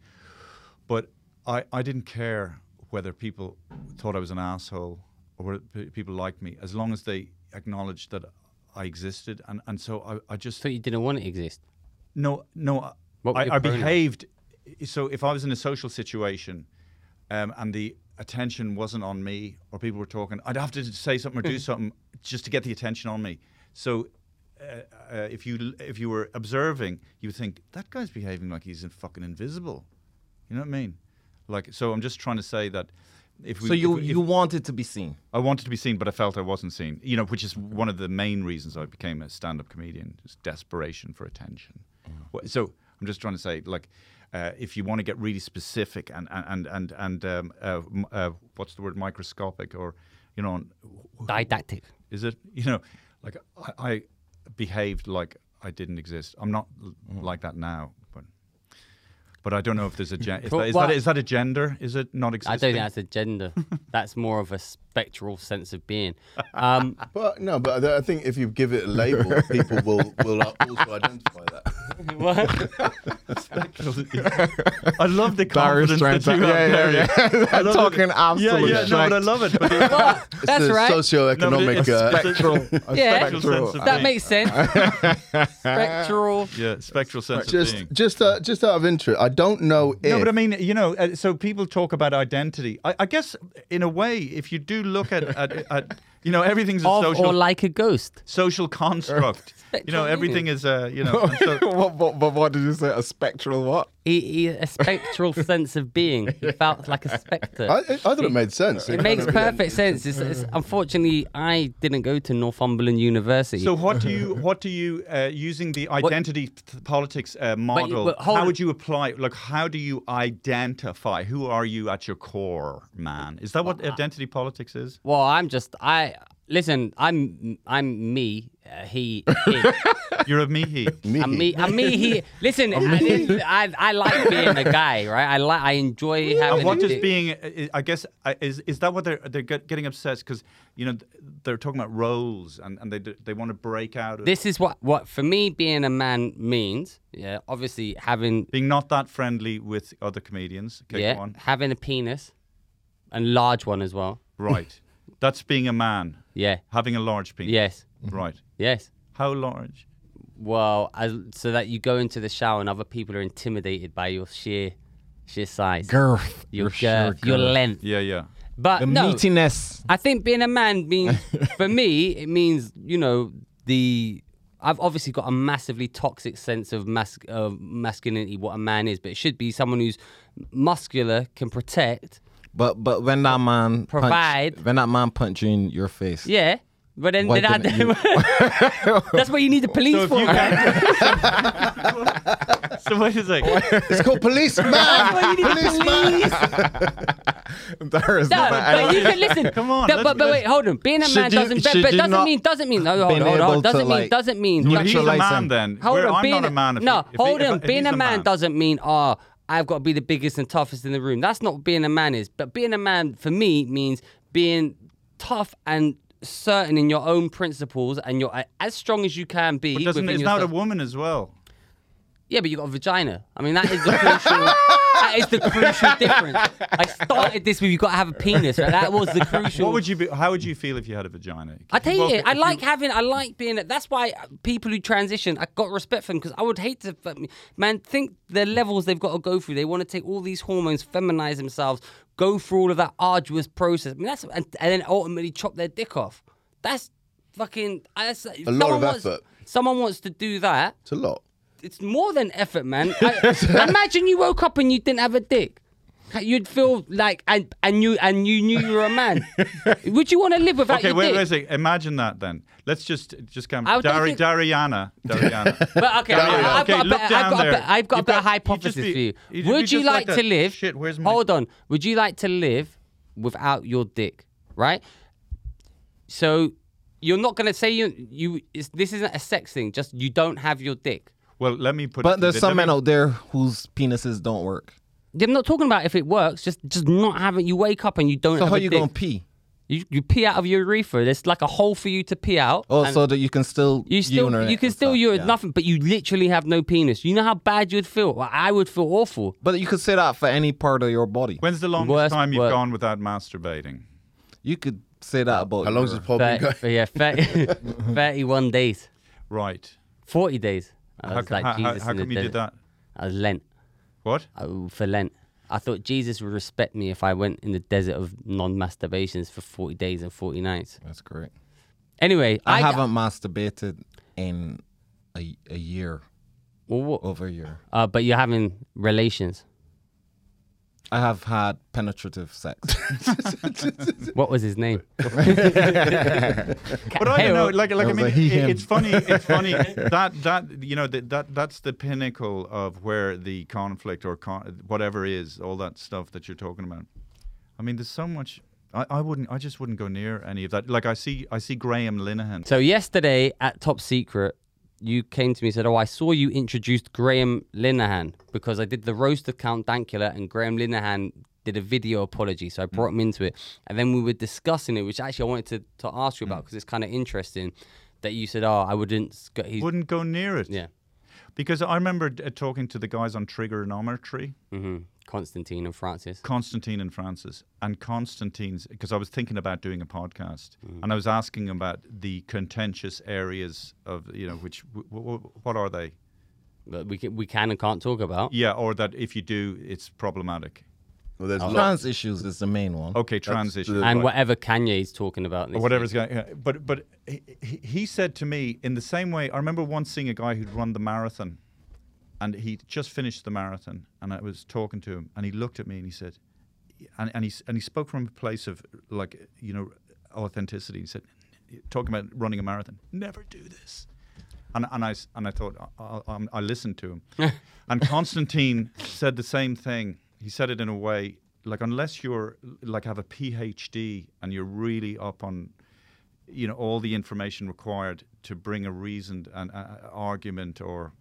But I, I didn't care whether people thought I was an asshole or whether p- people liked me, as long as they acknowledged that I existed. And, and so I, I just
thought you didn't want it to exist
no, no.
What were your
I, I
pronouns?
behaved. So if I was in a social situation, um, and the attention wasn't on me, or people were talking, I'd have to say something or
Mm.
do something just to get the attention on me. So. Uh, uh, if you if you were observing, you would think that guy's behaving like he's in fucking invisible. You know what I mean? Like, so I'm just trying to say that if we
So you
if- if-
you wanted to be seen.
I wanted to be seen, but I felt I wasn't seen. You know, which is one of the main reasons I became a stand-up comedian: just desperation for attention.
Mm.
Wha- So I'm just trying to say, like, uh, if you want to get really specific and and and and um, uh, m- uh, what's the word, microscopic, or you know, wh-
didactic
is it you know, like I, I
Mm.
behaved like I didn't exist. I'm not l like that now, but But I don't know if there's a gen- is,
Cool.
that, is,
Well-
that, is that a gender? Is it not
I
existing?
don't think that's a gender. that's more of a spectral sense of being. Um,
But no, but I I think if you give it a label, people will will also identify that.
what?
I love the
Barry's
confidence that
trying
you
to-
have.
yeah, yeah,
Gary.
yeah.
I love
Talking
it.
absolute
Yeah, yeah, no, but I
shite.
love it. But it-
It's
that's
the
right.
No,
socioeconomic.
but it-
uh,
it's-
Spectral. a
Yeah.
spectral.
Spectral
That makes sense. spectral.
yeah, spectral sense of
just
being.
just uh, just out of interest, I don't know if
No, but I mean, you know, uh, so people talk about identity. I, I guess, in a way, if you do look at, at, at you know, everything's a
Of
social
or like a ghost.
social construct. you know,
Spectral
everything is, uh, you know, and so,
what, what, what, what did you say? A spectral what?
He, he, E, a spectral sense of being. He felt like a spectre.
I, I thought it made sense.
it makes perfect sense. It's, it's, unfortunately, I didn't go to Northumberland University.
so what do you, what do you, uh, using the identity p- politics uh, model,
but hold
how
on.
would you apply, like, how do you identify? Who are you at your core, man? Is that what identity politics is?
Well, I'm just I listen. I'm I'm me. Uh, he. it.
You're a mihi.
I'm me. I'm me. He. Listen, I, I I like being a guy, right? I like. I enjoy having.
And what
a
does
dick.
being, uh, I- I guess, I- is is that what they're they're get- getting obsessed because you know th- they're talking about roles and, and they d- they want to break out of
This is what what for me being a man means. Yeah, obviously having
being not that friendly with other comedians. Okay,
yeah
go on.
having a penis, and large one as well.
right, that's being a man,
Yeah.
having a large penis.
Yes.
right.
Yes.
How large?
Well, as, so that you go into the shower and other people are intimidated by your sheer sheer size,
Girth.
your girth,
sheer
your
girth.
length.
Yeah, yeah.
But
The
no,
meatiness.
I think being a man means, for me, it means you know the. I've obviously got a massively toxic sense of mas- of masculinity, what a man is, but it should be someone who's muscular, can protect.
But but when that man punch-
Provide.
when that man punch you in your face,
Yeah, but then
Why
then I-
didn't
that's what you need the police
So if
for.
you
right?
can, so wait a second.
It's called policeman.
That's why you need the police.
there is
No,
no,
but you can listen.
Come on,
No,
let's-
but, but
let's-
wait, hold on. Being a
Should
man
you-
doesn't. But,
should
but
you
doesn't
not
mean doesn't mean. No, hold
been
on, hold
able
on.
to,
Doesn't mean
like,
doesn't mean.
Well, he's a
Naturalize
man
him.
then.
Hold
Where
on,
I'm
being
not
a,
a man. If
no,
he- if
hold
he- if
on.
I-
being
he's
a man doesn't mean oh, I've got to be the biggest and toughest in the room. That's not what being a man is. But being a man for me means being tough and certain in your own principles and you're uh, as strong as you can be.
But doesn't
within
it's
yourself.
not a woman as well.
Yeah, but you got a vagina. I mean, that is the crucial. that is the crucial difference. I started this with you got to have a penis. Right? That was the crucial.
What would you be? How would you feel if you had a vagina?
I tell you,
Well,
I
if
like having, I like being. That's why people who transition, I got respect for them because I would hate to, man. Think the levels they've got to go through. They want to take all these hormones, feminize themselves, go through all of that arduous process. I mean, that's and, and then ultimately chop their dick off. That's fucking. I- That's, a
lot of
wants,
effort.
Someone wants to do that.
It's a lot.
It's more than effort, man. I, imagine you woke up and you didn't have a dick. You'd feel like and and you and you knew you were a man. Would you want to live without
Okay,
your
wait,
dick?
wait a second. Imagine that then. Let's just just come.
I don't
Dari,
think-
Dariana. Dariana.
But okay,
Dariana.
I, I've,
Okay,
got a
look
better, I've
down
got a
there.
better, I've got a
You've
better
got- you'd just
hypothesis
be-
for you.
you'd be
Would you
just
like,
like
to
that,
live?
"Shit, where's my-
Hold on. Would you like to live without your dick? Right. So you're not gonna say you you. It's, this isn't a sex thing. Just you don't have your dick.
Well, let me put.
but there's
let
some
me-
men out there whose penises don't work.
I'm not talking about if it works. Just just not having. You wake up and you don't.
So
have
how
a
you
dick.
gonna pee?
You, you pee out of your urethra. There's like a hole for you to pee out.
Oh,
and
so that you can still
you still
urinate
you can
and
still
stuff,
urinate
yeah.
nothing, but you literally have no penis. You know how bad you'd feel. Well, I would feel awful.
But you could say that for any part of your body.
When's the longest
Worst
time you've
work.
gone without masturbating?
You could say that about
How long's
your-
this pod been
But,
going?
but yeah, 30, 31 days,
Right.
40 days. I
How,
was
co-
like
how, how-
Jesus
how
in the
come you did
desert.
that?
I was Lent
What?
I, for Lent. I thought Jesus would respect me if I went in the desert of non-masturbations for 40 days and 40 nights.
That's great.
Anyway,
I,
I,
haven't masturbated in a, a year,
Well, what,
over a year.
uh, but you're having relations.
I have had penetrative sex.
What was his name?
But I don't know.
Hell.
Like, like I
was
mean,
a he,
it-
him.
it's funny. It's funny that that you know that, that that's the pinnacle of where the conflict or con- whatever is all that stuff that you're talking about. I mean, there's so much. I, I wouldn't. I just wouldn't go near any of that. Like I see. I see Graham Linehan.
So yesterday at Top Secret, you came to me and said, "Oh, I saw you introduced Graham Linehan because I did the roast of Count Dankula, and Graham Linehan did a video apology, so I brought him into it, and then we were discussing it, which actually I wanted to, to ask you
Hmm.
about because it's kind of interesting that you said, "Oh, I wouldn't." sc- He's,
Wouldn't go near it.
yeah,
Because I remember uh, talking to the guys on trigonometry,
hmm Constantine and Francis.
Constantine and Francis, and Constantine's, because I was thinking about doing a podcast, and I was asking about the contentious areas of, you know, which, w- w- what are they?
that we can, we can and can't talk about.
Yeah, or that if you do, it's problematic.
Well, there's lots.
Trans issues is the main one.
Okay, transition.
the-
And
Right.
whatever Kanye's talking about,
or
this
whatever's going. yeah, But but he, he- he said to me in the same way. I remember once seeing a guy who'd run the marathon, and he just finished the marathon, and I was talking to him, and he looked at me and he said, and, and he s- and he spoke from a place of like you know authenticity. He said, talking about running a marathon, never do this. And, and I s- and I thought I, I, I'm- I listened to him, and Constantine said the same thing. He said it in a way like unless you're like have a PhD and you're really up on you know all the information required to bring a reasoned an uh, argument or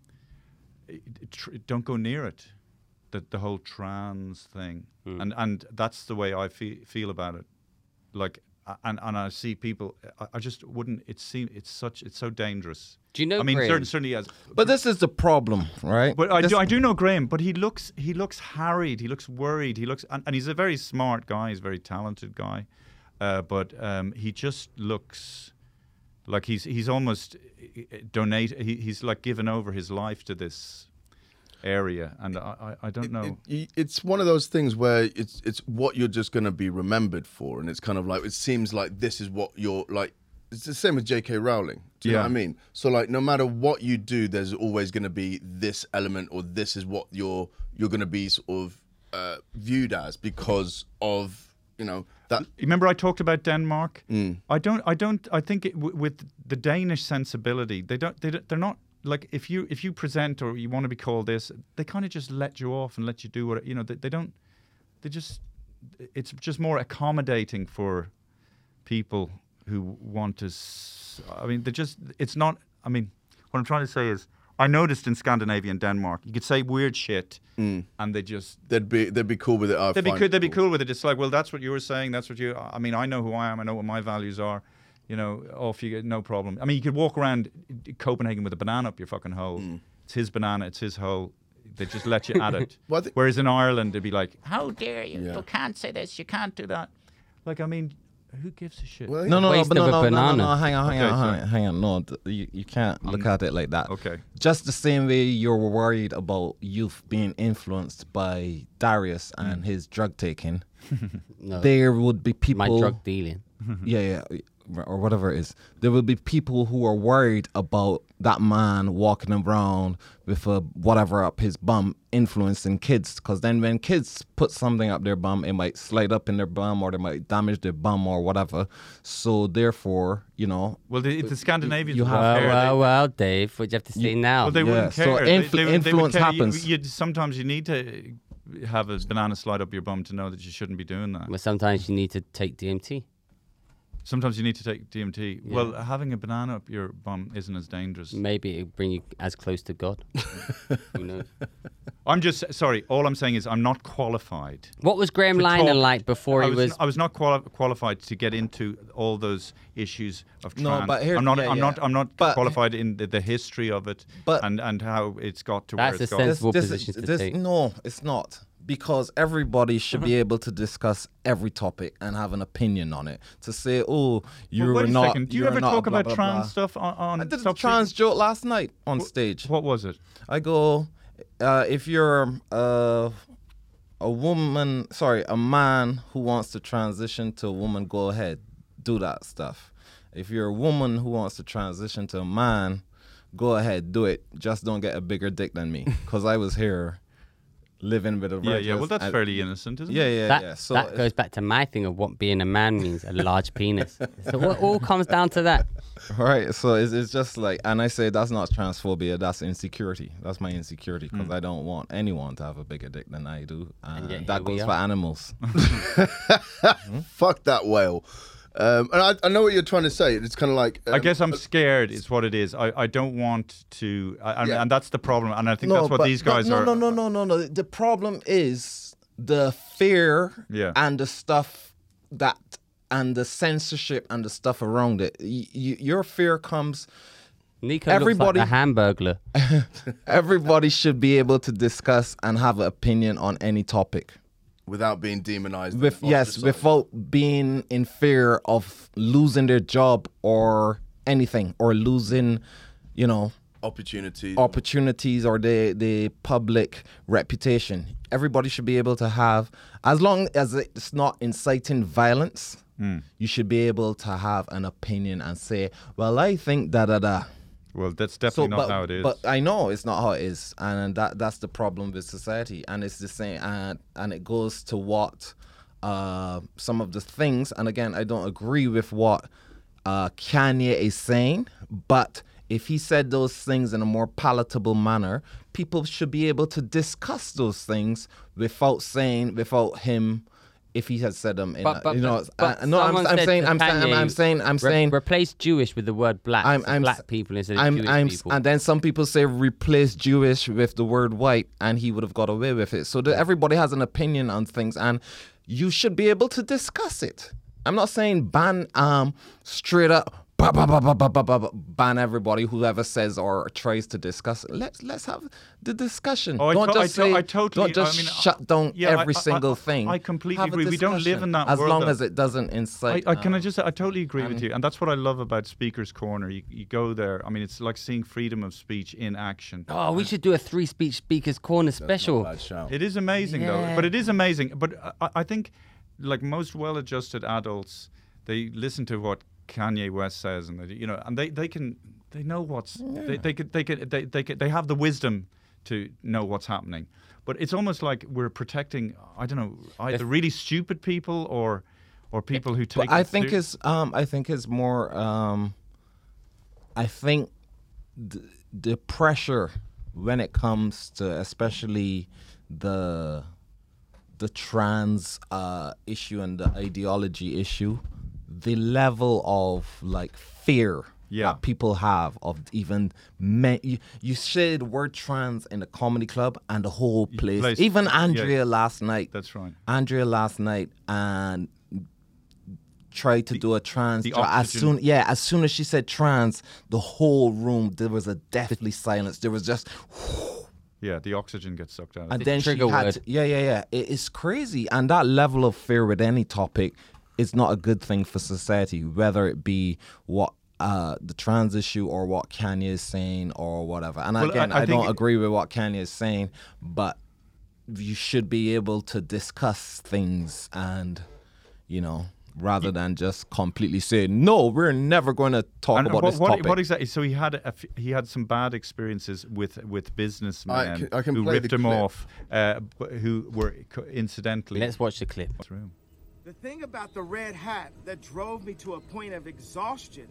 eh, tr- don't go near it the, the whole trans thing
Hmm.
and and that's the way i fe- feel about it like a- and and i see people i, I just wouldn't it seem it's such it's so dangerous
Do you know
i mean
Graham?
certain, certainly as
But this is the problem, right?
but I
This-
do, I do know Graham, but he looks he looks harried, he looks worried, he looks and, and he's a very smart guy, he's a very talented guy, uh, but um, he just looks like he's he's almost eh, eh, donate he, he's like given over his life to this area, and I I, I don't know.
It- it- it's one of those things where it's it's what you're just going to be remembered for, and it's kind of like it seems like this is what you're like. It's the same with J.K. Rowling. Do you know
Yeah.
what I mean? So like, no matter what you do, there's always going to be this element, or this is what you're you're going to be sort of uh, viewed as because of you know that.
Remember, I talked about Denmark. I don't. I don't. I think it, w- with the Danish sensibility, they don't. They don't, they're not like if you if you present or you want to be called this, they kind of just let you off and let you do what you know. They, they don't. They just. It's just more accommodating for people who want to. s- I mean, they're just. It's not. I mean, what I'm trying to say is, I noticed in Scandinavia and Denmark, you could say weird shit, and they just
They'd be they'd be cool with it. I
they'd be
find
cool, they'd be
it
cool with it. It's like, well, that's what you were saying. That's what you. I mean, I know who I am. I know what my values are. You know, off you get, no problem. I mean, you could walk around Copenhagen with a banana up your fucking hole.
Mm.
It's his banana. It's his hole. They just let you at it.
Well, I think-
Whereas in Ireland, they'd be like, how dare you?
Yeah.
You can't say this. You can't do that. Like, I mean, who gives a shit?
Well,
No, no, no,
Waste
but no,
of a
no, no, no, no,
banana.
hang on, hang
Okay,
on, hang
sorry. Mm.
on, hang on. No, th- you, you can't look at it like that.
okay.
Just the same way you're worried about youth being influenced by Darius
Mm.
and his drug taking,
No.
there would be
my
people.
drug dealing.
Mm-hmm. yeah, yeah, or whatever it is. There will be people who are worried about that man walking around with a whatever up his bum, influencing kids. Because then, when kids put something up their bum, it might slide up in their bum, or they might damage their bum, or whatever. So therefore, you know,
well the, the Scandinavians
you
would
have-
Well,
care. They-
well, well, Dave, what do you have to say now?
Well, they
Yeah,
wouldn't
so
care. They-
influ-
they, would- they
influence
would care. You-
happens.
You, sometimes you need to have a banana slide up your bum to know that you shouldn't be doing that.
Well, sometimes you need to take DMT.
Sometimes you need to take DMT. Well, having a banana up your bum isn't as dangerous.
Maybe it'll bring you as close to God. Who knows?
I'm just sorry. All I'm saying is I'm not qualified.
What was Graham Linen
talk-
like before
I
he was?
was, I was not quali- qualified to get into all those issues of
No,
trans.
but here-
I'm not.
yeah,
I'm not.
yeah.
I'm not
But-
qualified in the, the history of it
But-
and and how it's got to
That's
where it's
the
got.
sense- Multiple
this is-
positions to
this-
take.
No, it's not. Because everybody should
Mm-hmm.
be able to discuss every topic and have an opinion on it. To say, oh,
Well,
you're
wait a
not.
second. Do you
you're
ever
not a
talk
blah,
about
blah,
trans
blah.
stuff on? on
I did a
Stop
trans joke last night on stage.
Sing- What was it?
I go, uh, if you're uh, a woman, sorry, a man who wants to transition to a woman, go ahead, do that stuff. If you're a woman who wants to transition to a man, go ahead, do it. Just don't get a bigger dick than me, because I was here living with a
Yeah, yeah.
virgin-
Well, that's
I-
fairly innocent, isn't
Yeah,
it?
yeah,
that
yeah. So
that goes back to my thing of what being a man means—a large penis. So it all comes down to that.
Right. So it's, it's just like, and I say that's not transphobia. That's insecurity. That's my insecurity
Hmm.
because I don't want anyone to have a bigger dick than I do. And
yet
that
here we
goes
are.
for animals.
Fuck that whale. Um, and I, I know what you're trying to say. It's kind of like
I
um,
guess
Uh,
I'm scared. Is what it is. I, I don't want to, I, and,
Yeah.
and that's the problem. And I think that's what
but
these
no-
guys
no,
are.
No, no, no, no, no. The problem is the fear
Yeah.
and the stuff that and the censorship and the stuff around it. Y- y- your fear comes.
Nico
Everybody-
looks like the Hamburglar.
Everybody should be able to discuss and have an opinion on any topic.
without being demonized.
With
and
yes,
ostracized.
without being in fear of losing their job or anything or losing, you know,
opportunities.
opportunities or the the public reputation. Everybody should be able to have, as long as it's not inciting violence, you should be able to have an opinion and say, "Well, I think da da da."
Well, that's definitely not
but,
how it is.
But I know it's not how it is, and that that's the problem with society. And it's the same, and and it goes to what uh, some of the things. And again, I don't agree with what uh, Kanye is saying, but if he said those things in a more palatable manner, people should be able to discuss those things without saying without him. If he had said them, in
But,
a-
but,
you know,
but
I- no, I'm,
someone
I'm
said
saying,
to
I'm saying, I'm,
Kanye,
I'm saying, I'm
re-
saying,
replace Jewish with the word black. so black people instead of
I'm,
Jewish
I'm,
people.
And then some people say replace Jewish with the word white, and he would have got away with it. So that everybody has an opinion on things, and you should be able to discuss it. I'm not saying ban um straight up. Ba, ba, ba, ba, ba, ba, ba, ba- ban everybody whoever says or tries to discuss. it. Let's let's have the discussion.
Oh, I
don't
to-
just
I to-
say,
I totally-
don't
I
just
mean, I-
shut down
yeah, I-
every
I- I-
single thing.
I completely
Have a
agree. We don't live
discussion,
in that
as
world,
long
though.
as it doesn't
I,
incite.
I can I
um,
just I totally agree with you, and that's what I love about Speaker's Corner. You, you go there. I mean, it's like seeing freedom of speech in action.
oh, we should do a three speech speakers corner special.
Bad shout.
It is amazing
Yeah.
though, but it is amazing. But I- I, I think, like most well-adjusted adults, they listen to what Kanye West says, and they, you know, and they, they can they know what's they, they could they could they they, could, they have the wisdom to know what's happening. But it's almost like we're protecting I don't know either really stupid people or or people who take.
I
it
think
ser-
it's um I think it's more um I think th- the pressure when it comes to especially the the trans uh issue and the ideology issue the level of like fear
Yeah.
that people have of even men you, you say the word trans in the comedy club and the whole place,
place-
even
yeah.
andrea last night
That's right.
Andrea last night and tried to do a trans.
the
joke. as
oxygen.
soon, yeah, as soon as she said trans, the whole room there was a deathly silence. There was just,
yeah the oxygen gets sucked out. of
and
it.
then she
trigger
had,
word.
to, yeah, yeah, yeah. It- it's crazy, and that level of fear with any topic is not a good thing for society, whether it be what. Uh, the trans issue or what Kanye is saying or whatever. And
Well, I-
again,
I
I,
think-
don't agree with what Kanye is saying, but you should be able to discuss things and you know rather than just completely say no we're never going to talk
And
about
what,
this
what-
topic
what exactly? So he had a f he had some bad experiences with with businessmen
I can- I can
who
play the
ripped him
clip.
off, uh, b- who were co- incidentally.
Let's watch the clip.
Through.
The thing about the red hat that drove me to a point of exhaustion,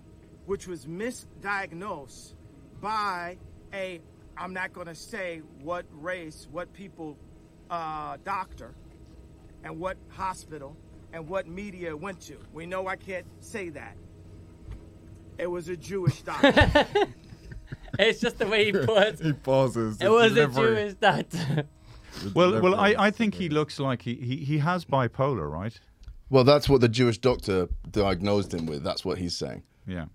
which was misdiagnosed by a, I'm not going to say what race, what people, uh, doctor, and what hospital, and what media it went to. We know I can't say that. It was a Jewish doctor.
It's just the way he puts.
he pauses
it was a Jewish doctor.
Well, well, I, I think he looks like he, he, he has bipolar, right?
Well, that's what the Jewish doctor diagnosed him with. That's what he's saying.
Yeah.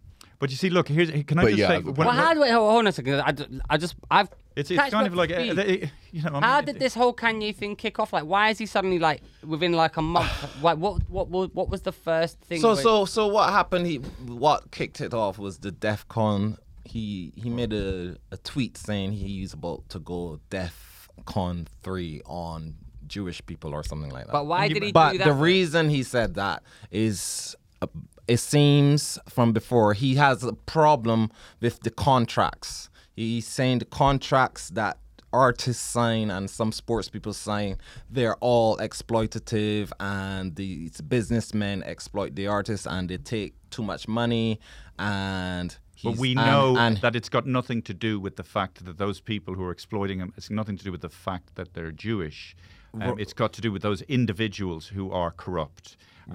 But you see, look, here's can I
But
just
yeah,
say,
I've-
when-
Well,
when-
how do I, hold on a second. I, d- I just, I've.
it's, it's
catch
kind
me
of
up
like
to
uh,
speed.
they- you know. I
How
mean,
did
it-
this whole Kanye thing kick off? Like, why is he suddenly like within like a month? like, what, what, what, what was the first thing?
so
where-
so so what happened he what kicked it off was the def con he he made a, a tweet saying he's about to go def con 3 on jewish people or something like that
But why did he
but
do that?
the reason he said that is uh, it seems from before he has a problem with the contracts he's saying the contracts that artists sign and some sports people sign they're all exploitative and these businessmen exploit the artists and they take too much money and
But
he's-
we
and-
know
and
that it's got nothing to do with the fact that those people who are exploiting him. It's nothing to do with the fact that they're Jewish. Um, it's got to do with those individuals who are corrupt.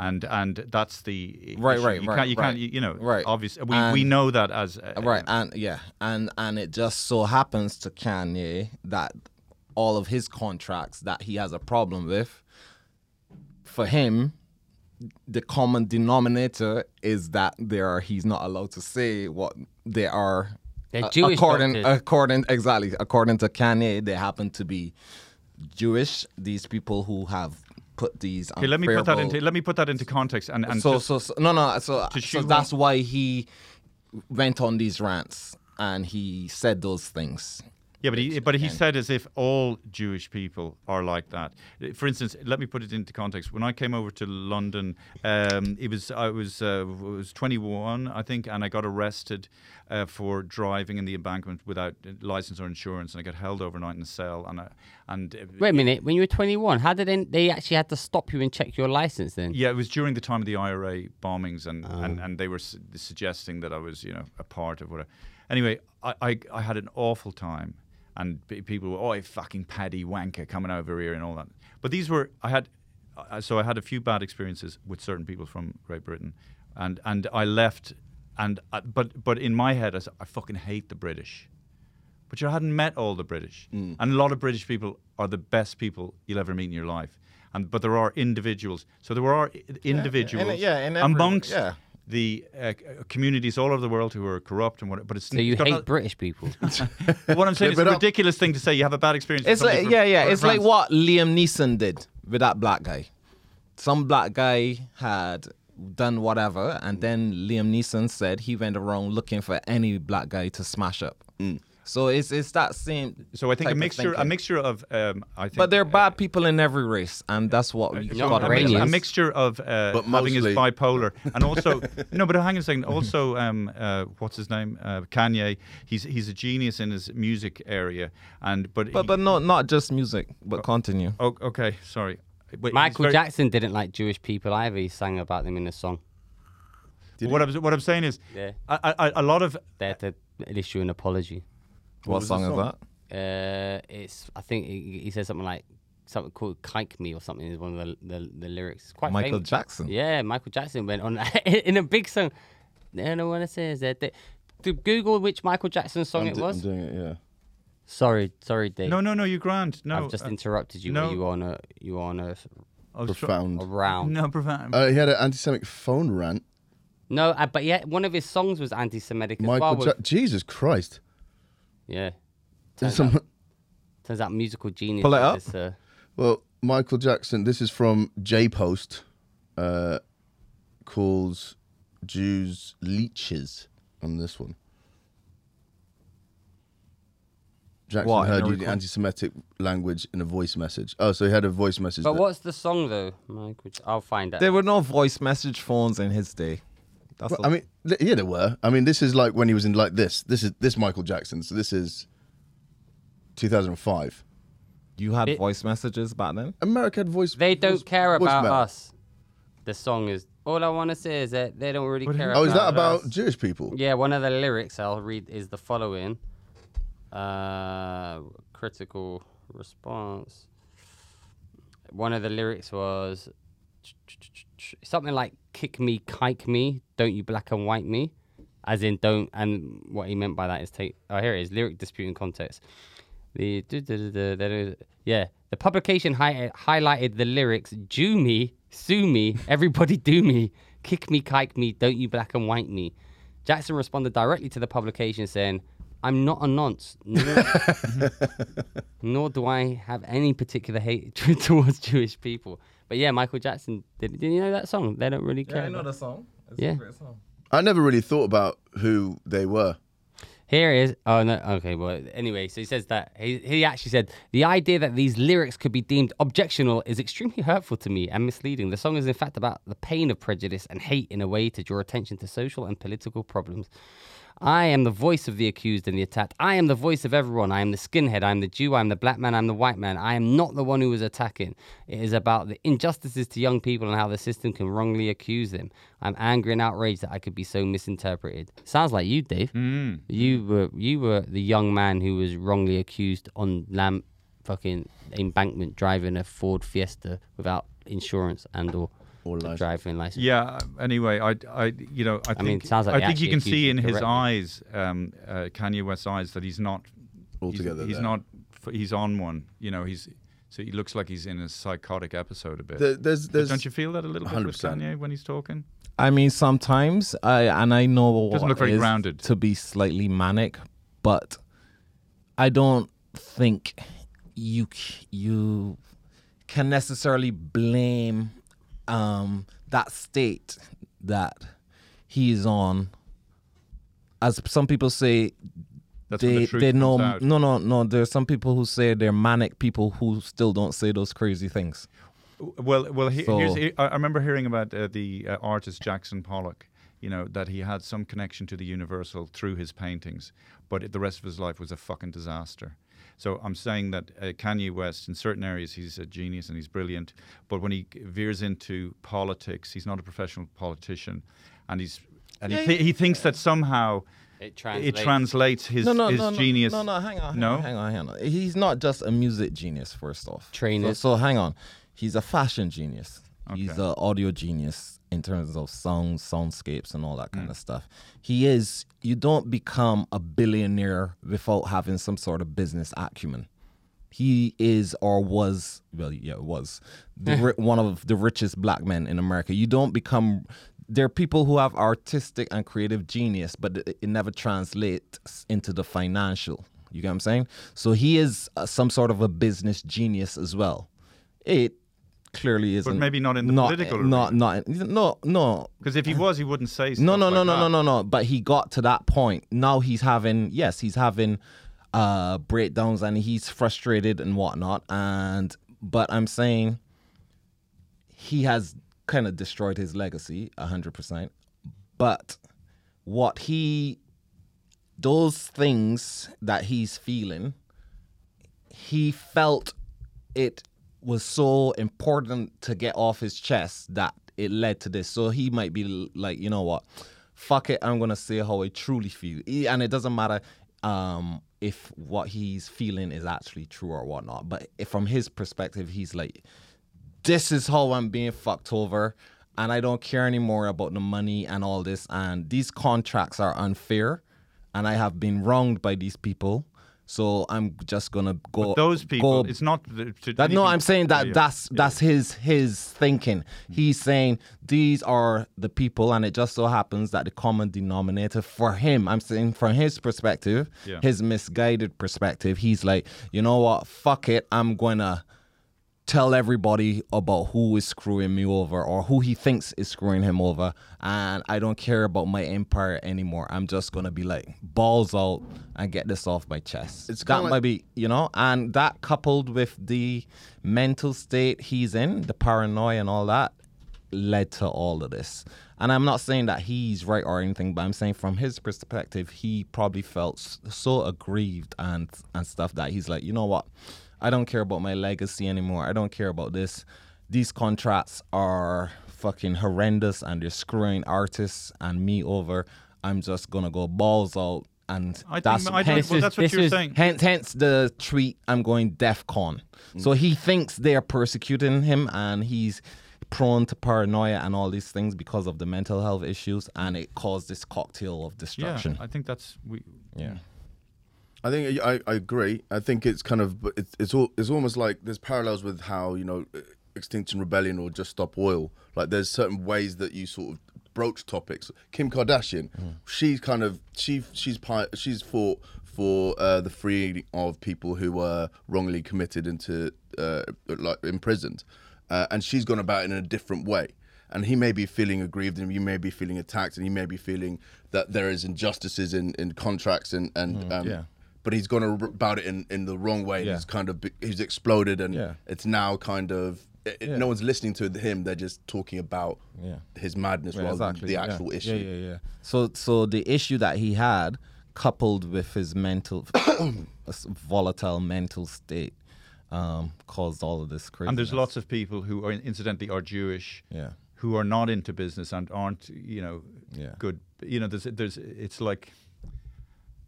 and and that's the
Mm. Right,
issue.
right,
you
right,
Can't, you
right.
can't, you know,
Right.
Obviously, we, we
And-
know that as uh,
right and yeah and and it just so happens to kanye that all of his contracts that he has a problem with for him the common denominator is that there are, he's not allowed to say what they are
They're
a-
Jewish,
according
doctor.
according exactly according to kanye they happen to be jewish these people who have put these
Okay, let me put that
unfavorable-
into let me put that into context and and
so,
just-
so so no no so, so
shoehorn-
that's why he went on these rants and he said those things
Yeah, but he but he said as if all Jewish people are like that. For instance, let me put it into context. When I came over to London, um, it was I was uh, was 21, I think, and I got arrested uh, for driving in the embankment without uh, license or insurance, and I got held overnight in a cell. And I, and uh,
Wait a minute. When you were 21, how did they, they actually had to stop you and check your license then?
yeah, it was during the time of the IRA bombings, and, and, and they were su- suggesting that I was, you know, a part of whatever. Anyway, I, I, I had an awful time, and p- people were, oh, fucking paddy wanker coming over here and all that. But these were, I had, I so I had a few bad experiences with certain people from Great Britain, and, and I left, and I, but but in my head, I said, I fucking hate the British. But you hadn't met all the British,
Mm.
and a lot of British people are the best people you'll ever meet in your life. And but there are individuals. So there are i- individuals
yeah, in every-
amongst
yeah.
the uh, c- uh, communities all over the world who are corrupt and what. But it's
So you
got
hate
not-
British people.
but What I'm saying is a
but-
ridiculous thing to say. You have a bad experience. with
it's like
somebody
yeah
from-
yeah
from
it's like
France.
what liam neeson did with that black guy some black guy had done whatever and then liam neeson said he went around looking for any black guy to smash up
Mm.
so it's it's that same
So I think a
type of
mixture, a
thinking.
mixture of, um, I think,
but there are
uh,
bad people in every race and that's what we
No,
got to
a, mix- a
realize
mixture of uh,
But
having his
mostly-
bipolar and also no, but hang on a second. Also, um, uh, what's his name? Uh, Kanye. He's he's a genius in his music area, and but
but but no not just music but continue
oh, okay, sorry. Wait, he's
Michael
very-
Jackson didn't like Jewish people either. He sang about them in a song.
What I'm what I'm saying is,
Yeah.
I, I, a lot of
They had to issue an apology.
what,
was the
song, is
song?
that
Uh, it's I think he, he said something like something called "kike me" or something is one of the the, the lyrics. It's Quite
Michael
famous.
Jackson.
Yeah, Michael Jackson went on in a big song. No, no one says that. They, to Google which Michael Jackson song it
I'm
was.
doing it, yeah.
sorry, sorry, Dave.
no, no, no, you grand. No,
I've just
uh,
interrupted you.
no.
No. You were on a you were on a,
I was try-
Profound.
a round.
No, profound.
Uh, he had an anti-Semitic phone rant.
No, uh, but yeah, one of his songs was anti-Semitic as well.
Michael
with-
Jack Jesus Christ.
yeah, turns
There's some-
out, turns out musical genius.
Pull it
is
up.
this, uh,
Well, Michael Jackson, this is from J Post, uh, calls Jews leeches on this one. Jackson
What, in
heard
a
using
record-
anti Semitic language in a voice message. Oh, so he had a voice message.
but
that-
what's the song though, Michael? J- I'll find out.
There were no voice message phones in his day. That's
Well,
all.
I mean, th- yeah, there were. I mean, this is like when he was in like this. This is this Michael Jackson. So this is 2005.
you had
it-
voice messages back then.
America had voice.
They don't
voice-
care
voicemail.
about us. The song is all I want to say is that they don't really care.
Oh, is that
us.
about Jewish people?
Yeah, one of the lyrics I'll read is the following: uh, critical response. One of the lyrics was something like "kick me, kike me, don't you black and white me," as in don't. And what he meant by that is take. Oh, here it is: lyric dispute in context. The du- du- du- du- du- du- yeah, the publication hi- highlighted the lyrics: "Jew me, sue me, everybody do me, kick me, kike me, don't you black and white me." Jackson responded directly to the publication saying, "I'm not a nonce, nor, nor do I have any particular hatred towards Jewish people." But yeah, Michael Jackson did. Did you know that song? They don't really care. about-
song. It's
a Yeah.
great song.
I never really thought about who they were.
Here it is. Oh no. Okay. Well, anyway, so he says that he he actually said the idea that these lyrics could be deemed objectionable is extremely hurtful to me and misleading. The song is in fact about the pain of prejudice and hate in a way to draw attention to social and political problems. I am the voice of the accused and the attacked. I am the voice of everyone. I am the skinhead. I am the Jew. I am the black man. I am the white man. I am not the one who is attacking. It is about the injustices to young people and how the system can wrongly accuse them. I'm angry and outraged that I could be so misinterpreted. Sounds like you, Dave. You were you were the young man who was wrongly accused on Lam fucking embankment driving a Ford Fiesta without insurance and or
Or
the
license.
driving license.
Yeah. Anyway, I, I, you know, I think,
mean, it sounds like
I
they
think you
actually
can
accused
see in
him
his
directly.
eyes, um, uh, Kanye West's eyes, that he's not
Altogether
He's, he's
there.
not. f- He's on one. You know, he's so he looks like he's in a psychotic episode a bit.
There, there's, there's,
Don't you feel that a little bit with
100%.
Kanye when he's talking?
I mean, sometimes I and I know what
Doesn't look very
it is
grounded.
to be slightly manic, but I don't think you c- you can necessarily blame um, that state that he is on. As some people say,
That's when
they
the truth
they
comes
know
out.
no no no. There are some people who say they're manic people who still don't say those crazy things.
Well, well, he, here's,
So-
he- I I remember hearing about uh, the uh, artist Jackson Pollock. You know that he had some connection to the universal through his paintings, but the rest of his life was a fucking disaster. So I'm saying that uh, Kanye West, in certain areas, he's a genius and he's brilliant, but when he veers into politics, he's not a professional politician, and he's and he, thi- he thinks that somehow
It
it
translates.
translates his
no, no,
his
no,
genius.
No, no, hang on, hang
No?
on, hang on, hang on. He's not just a music genius. First off,
Trainers.
So, so hang on, he's a fashion genius. He's an audio genius in terms of sound, soundscapes, and all that
Mm.
kind of stuff. He is. You don't become a billionaire without having some sort of business acumen. He is or was, well, yeah, was the, ri- one of the richest black men in America. You don't become. There are people who have artistic and creative genius, but it, it never translates into the financial. You get what I'm saying? So he is uh, some sort of a business genius as well. It clearly isn't.
maybe not in the political
Not, not, no, no,
Because if he was, he wouldn't say.
no,
stuff
no,
like
no, no,
that.
no, no, no. But he got to that point. Now he's having, yes, he's having uh breakdowns and he's frustrated and whatnot. And but I'm saying he has kind of destroyed his legacy, hundred percent. But what he those things that he's feeling, he felt it was so important to get off his chest that it led to this. So he might be l- like, you know what, fuck it, I'm gonna say how I truly feel, E- and it doesn't matter um, if what he's feeling is actually true or whatnot. But if from his perspective, he's like, this is how I'm being fucked over, and I don't care anymore about the money and all this. And these contracts are unfair, and I have been wronged by these people. So I'm just gonna go.
Those people,
go
it's not. th- to
that, no,
anything-
I'm saying that
Yeah, yeah.
that's that's his his thinking.
Hmm.
He's saying these are the people, and it just so happens that the common denominator for him, I'm saying from his perspective,
Yeah.
his misguided perspective, he's like, you know what, fuck it, I'm gonna tell everybody about who is screwing me over or who he thinks is screwing him over and I don't care about my empire anymore. I'm just gonna be like balls out and get this off my chest.
It's
that
kinda like-
might be you know, and that coupled with the mental state he's in, the paranoia and all that, led to all of this. And I'm not saying that he's right or anything, but I'm saying from his perspective, he probably felt s- so aggrieved and and stuff that he's like, you know what, I don't care about my legacy anymore. I don't care about this. These contracts are fucking horrendous, and they're screwing artists and me over. I'm just gonna go balls out, and
I think,
that's
I think
hence-
well, that's what
this
you're
is-
saying.
Hence, hence the tweet. I'm going DEF CON.
Mm.
So he thinks they are persecuting him, and he's prone to paranoia and all these things because of the mental health issues, and it caused this cocktail of
Yeah,
destruction.
I think that's we.
Yeah.
I think I, I agree. I think it's kind of but it's it's all it's almost like there's parallels with how you know uh, Extinction Rebellion or Just Stop Oil. Like there's certain ways that you sort of broach topics. Kim Kardashian, she's kind of she she's pi- she's fought for uh, the freeing of people who were wrongly committed into uh, like imprisoned, uh, and she's gone about it in a different way and he may be feeling aggrieved and you may be feeling attacked and he may be feeling that there is injustices in, in contracts and and um,
Mm, yeah.
but he's gone ar- about it in, in the wrong way and
Yeah.
he's kind of be- he's exploded and
Yeah.
it's now kind of it, it- no one's listening to him they're just talking about
Yeah.
his madness
Yeah,
rather
exactly.
than
yeah.
the actual
Yeah,
issue
Yeah, yeah, So, so the issue that he had, coupled with his mental, volatile mental state, um, caused all of this crazy.
And there's lots of people who, are, incidentally, are Jewish,
Yeah.
who are not into business and aren't, you know,
Yeah.
good. You know, there's, there's, it's like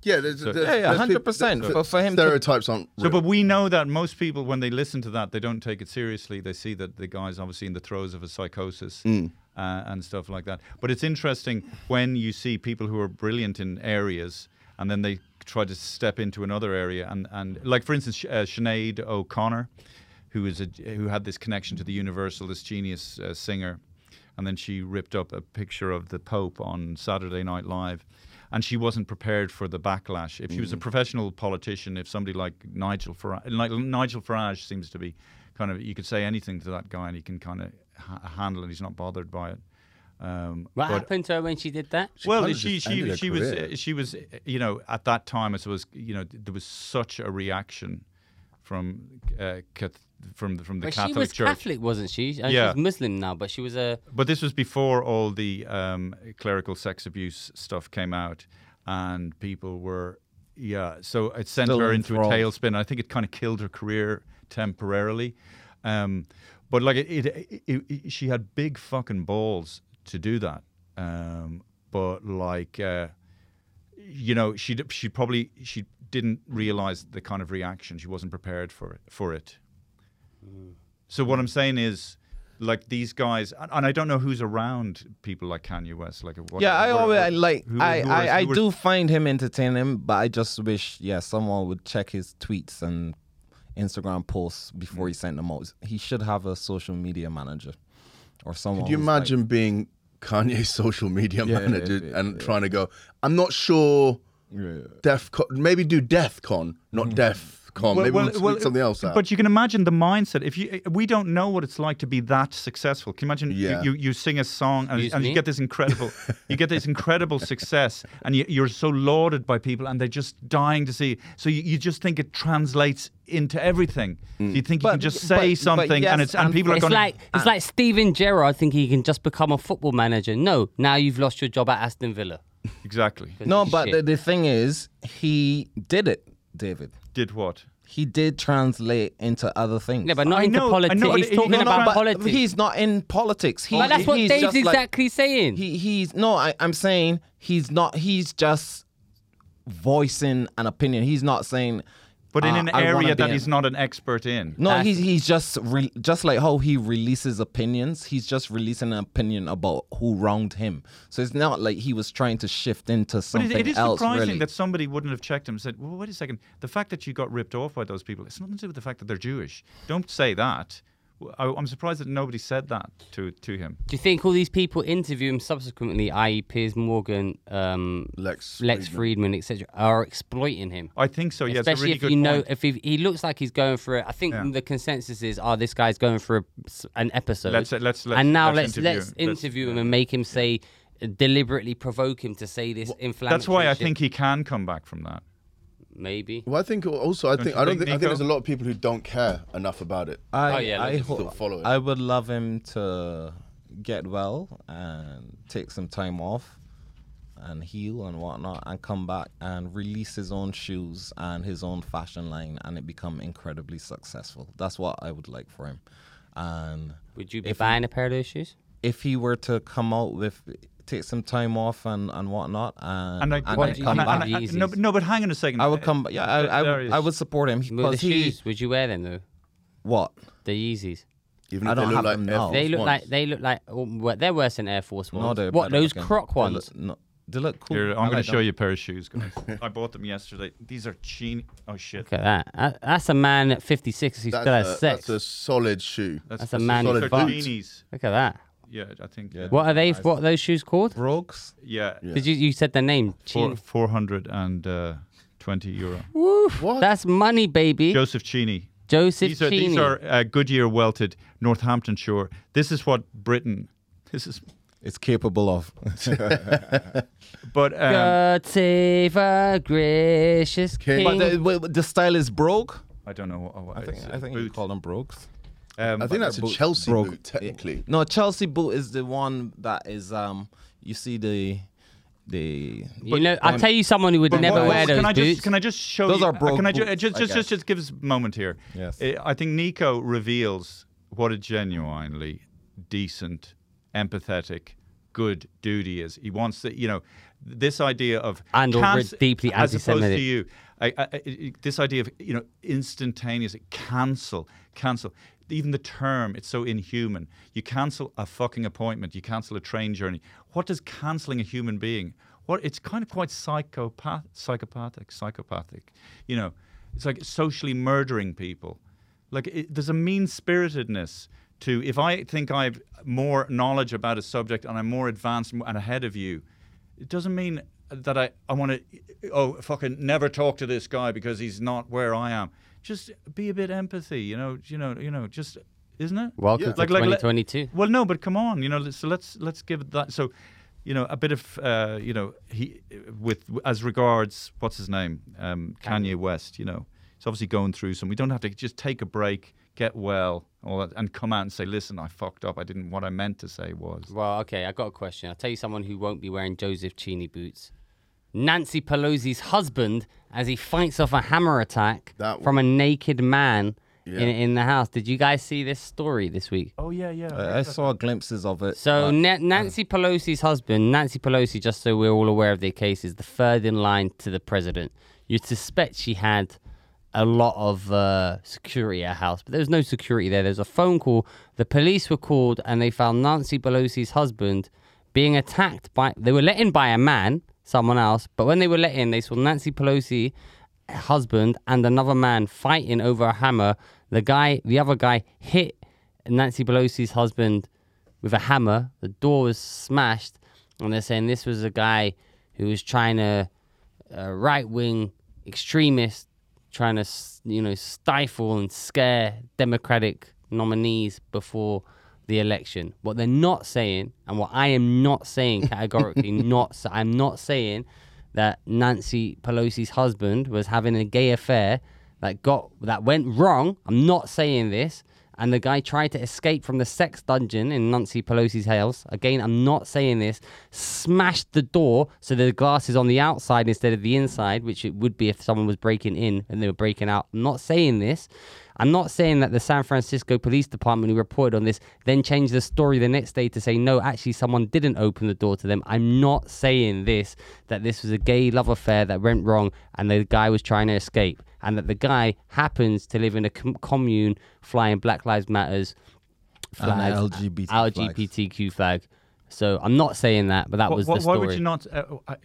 Yeah, there's,
So-
there's,
Yeah, yeah,
there's
hundred
peop-
percent.
th-
For for him, to,
stereotypes aren't.
So,
Real.
but we know that most people, when they listen to that, they don't take it seriously. They see that the guy's obviously in the throes of a psychosis uh, and stuff like that. But it's interesting when you see people who are brilliant in areas and then they try to step into another area. And, and like, for instance, Sh- uh, Sinead O'Connor, who, is a, who had this connection to the Universalist genius uh, singer. And then she ripped up a picture of the Pope on Saturday Night Live and she wasn't prepared for the backlash. If she was a professional politician, if somebody like Nigel Farage, like Nigel Farage seems to be kind of, you could say anything to that guy and he can kind of ha- handle it. He's not bothered by it. Um,
What
but-
happened to her when she did that?
well,
kinda
she
just ended
she
her
she was
career.
uh, she was uh, you know at that time I suppose you know th- there was such a reaction from uh, cath- from the, from the
But
Catholic
she was
Church.
Catholic, wasn't she? And
Yeah.
She's Muslim now, but she was a.
But this was before all the um, clerical sex abuse stuff came out, and people were, yeah. So it sent
Still
her into a
enthralled.
tailspin. I think it kind of killed her career temporarily. Um, but like it, it, it, it- she had big fucking balls to do that. Um, but like. Uh, you know, she she probably she didn't realize the kind of reaction. She wasn't prepared for it. For it. So what I'm saying is, like these guys, and, and I don't know who's around people like Kanye West. Like, what,
yeah, I
what-
always
what-
I like
who-
I
who
I,
are-
I
who are-
do find him entertaining, but I just wish yeah someone would check his tweets and Instagram posts before he sent them out. He should have a social media manager or someone.
Could you
who's like-
imagine being Kanye's social media
Yeah, yeah,
manager
yeah,
and trying to go, I'm not sure Def Con, maybe do Death Con, not
Mm.
Def Con. maybe we'll, tweet something else out.
But you can imagine the mindset. If you, we don't know what it's like to be that successful. Can you imagine? you-
Yeah.
You, you, sing a song and,
Excuse
and you
me?
get this incredible, you get this incredible success, and you, you're so lauded by people, and they're just dying to see. So you, you just think it translates into everything. You
Mm.
think you
But-
can just say
but- but
something,
yes,
and it's and
and
people are
It's
going.
It's like it's like Steven Gerrard thinking he can just become a football manager. No, now you've lost your job at Aston Villa.
exactly.
No, but
Shit.
the, the thing is, he did it, David.
Did what?
He did translate into other things.
yeah, but not
I
into
know- I
politics.
know,
He's
he-
talking
no, no,
about
but
politics.
he's not in politics. He,
but that's what
he's
Dave's
just like-
exactly saying.
he he's no, I, I'm saying he's not. He's just voicing an opinion. He's not saying.
But
Ah,
in
uh,
an
I wanna
area
be
that
in-
he's not an expert in.
No, he's he's just re- just like how he releases opinions. He's just releasing an opinion about who wronged him. So it's not like he was trying to shift into
But
something
it, it is
else.
surprising
really.
that somebody wouldn't have checked him and said, well, wait a second, the fact that you got ripped off by those people, it's nothing to do with the fact that they're Jewish. Don't say that. W- I, am surprised that nobody said that to, to him.
Do you think all these people interview him subsequently, i.e., Piers Morgan, um,
Lex
Lex
Fridman.
Friedman, etc., are exploiting him?
I think so, yeah.
Especially
it's a
if
really
you
good
know
point.
if he, he looks like he's going for it. I think the consensus is, oh, this guy's going for a, s- an episode.
Let's- let's- let's-
and now
let's
let's
interview
let's
him. Let's-
interview him and make him say deliberately provoke him to say this inflammatory.
That's why I
shit.
think he can come back from that.
maybe.
well, I think also, I
you think,
think I don't think, I think
Nico?
there's a lot of people who don't care enough about it.
I,
Oh, yeah,
I,
let's
ho-
still follow it.
I would love him to get well and take some time off and heal and whatnot and come back and release his own shoes and his own fashion line and it become incredibly successful. That's what I would like for him. And
Would you be
If he-
buying a pair of those shoes?
if he were to come out with take some time off and, and whatnot and,
And I,
and
why
and,
do you
come
think
I-
back.
and I-
Yeezys?
no, but- no, but hang on a second.
I would come back. Yeah, I, I,
There
would,
is.
I would support him
Well, the
because he
shoes. Would you wear them though?
what
The Yeezys.
Even
I
if they
don't
look
have
like
them
Air
now.
Force
They look
Ones.
like they look like oh, well, they're worse than Air Force
no,
ones.
they're
what
better
those
looking.
Croc
They look-
ones?
no, they look cool.
Here,
I
I'm going
like
to
them.
show you a pair of shoes, guys. I bought them yesterday. These are chini. Oh, shit.
Look at that. that. That's a man at 56 who still has
That's a,
sex.
that's a solid shoe.
That's a man
These
solid
are
boot.
chinis.
Look at that.
Yeah, I think. Yeah.
What are they? What are those shoes called?
Rogues.
Yeah.
Did you you said their name?
Four,
Chin.
420 euro.
What?
That's money, baby.
Joseph Cheney.
Joseph
These are,
Cheney.
these are uh, Goodyear welted Northamptonshire. This is what Britain. This is,
It's capable of.
but um,
God save our gracious king.
but the, w- w- the style is brogue.
I don't know. What, what
I think
it's
I
a
think you
boot.
call them brogues.
Um,
I think that's a
boot-
Chelsea
broke.
boot, technically.
No, Chelsea boot is the one that is um. You see the the
you know,
um,
I'll tell you someone who would never
Well,
wear those
can I
boots.
just can I just show
Those
you?
are broke
Can I ju- uh,
boots,
just
I
just,
guess.
just just give us a moment here?
Yes.
Uh, I think Nico reveals what a genuinely decent, empathetic, good dude he is. He wants to, you know, this idea of
And already deeply
as opposed to
anti-Semitic.
you, I, I, I- this idea of you know instantaneous cancel, cancel. Even the term, it's so inhuman. You cancel a fucking appointment. You cancel a train journey. What does canceling a human being? What it's kind of quite psychopath, psychopathic, psychopathic. You know, it's like socially murdering people. Like it, there's a mean spiritedness to if I think I've more knowledge about a subject and I'm more advanced and ahead of you, it doesn't mean that I, I want to, oh, fucking never talk to this guy because he's not where I am. Just be a bit empathy, you know, you know, you know, just, isn't it?
Welcome to
Like- like- like-
2022.
well, no, but come on, you know. So let's let's give it that. So, you know, a bit of uh, you know he with as regards what's his name, um, Kanye West. You know, he's obviously going through some. We don't have to just take a break, get well, all that, and come out and say, listen, I fucked up. I didn't. What I meant to say was.
Well, okay, I got a question. I'll tell you someone who won't be wearing Joseph Cheney boots. Nancy Pelosi's husband as he fights off a hammer attack
That
from a naked man
Yeah.
in, in the house. Did you guys see this story this week?
Oh yeah, yeah.
I, I saw glimpses of it.
So
but-
Na- Nancy Pelosi's husband, Nancy Pelosi, just so we're all aware of their case, is the third in line to the president. You'd suspect she had a lot of uh, security at her house, but there was no security there. There's a phone call. The police were called, and they found Nancy Pelosi's husband being attacked by. They were let in by a man, someone else, but when they were let in, they saw Nancy Pelosi husband and another man fighting over a hammer. The guy, the other guy, hit Nancy Pelosi's husband with a hammer. The door was smashed, and they're saying this was a guy who was trying to a right wing extremist trying to s- you know stifle and scare Democratic nominees before the election. What they're not saying, and what I am not saying categorically, not s- I'm not saying that Nancy Pelosi's husband was having a gay affair that got that went wrong. I'm not saying this. And the guy tried to escape from the sex dungeon in Nancy Pelosi's house. Again, I'm not saying this. Smashed the door so the glass is on the outside instead of the inside, which it would be if someone was breaking in and they were breaking out. I'm not saying this. I'm not saying that the San Francisco Police Department who reported on this then changed the story the next day to say, no, actually, someone didn't open the door to them. I'm not saying this, that this was a gay love affair that went wrong and the guy was trying to escape, and that the guy happens to live in a com- commune flying Black Lives Matters
And
flag,
LGBT flags.
LGBTQ flag. So I'm not saying that, but that
Wh-
was
wh-
the
why
story.
would you not? Uh, I,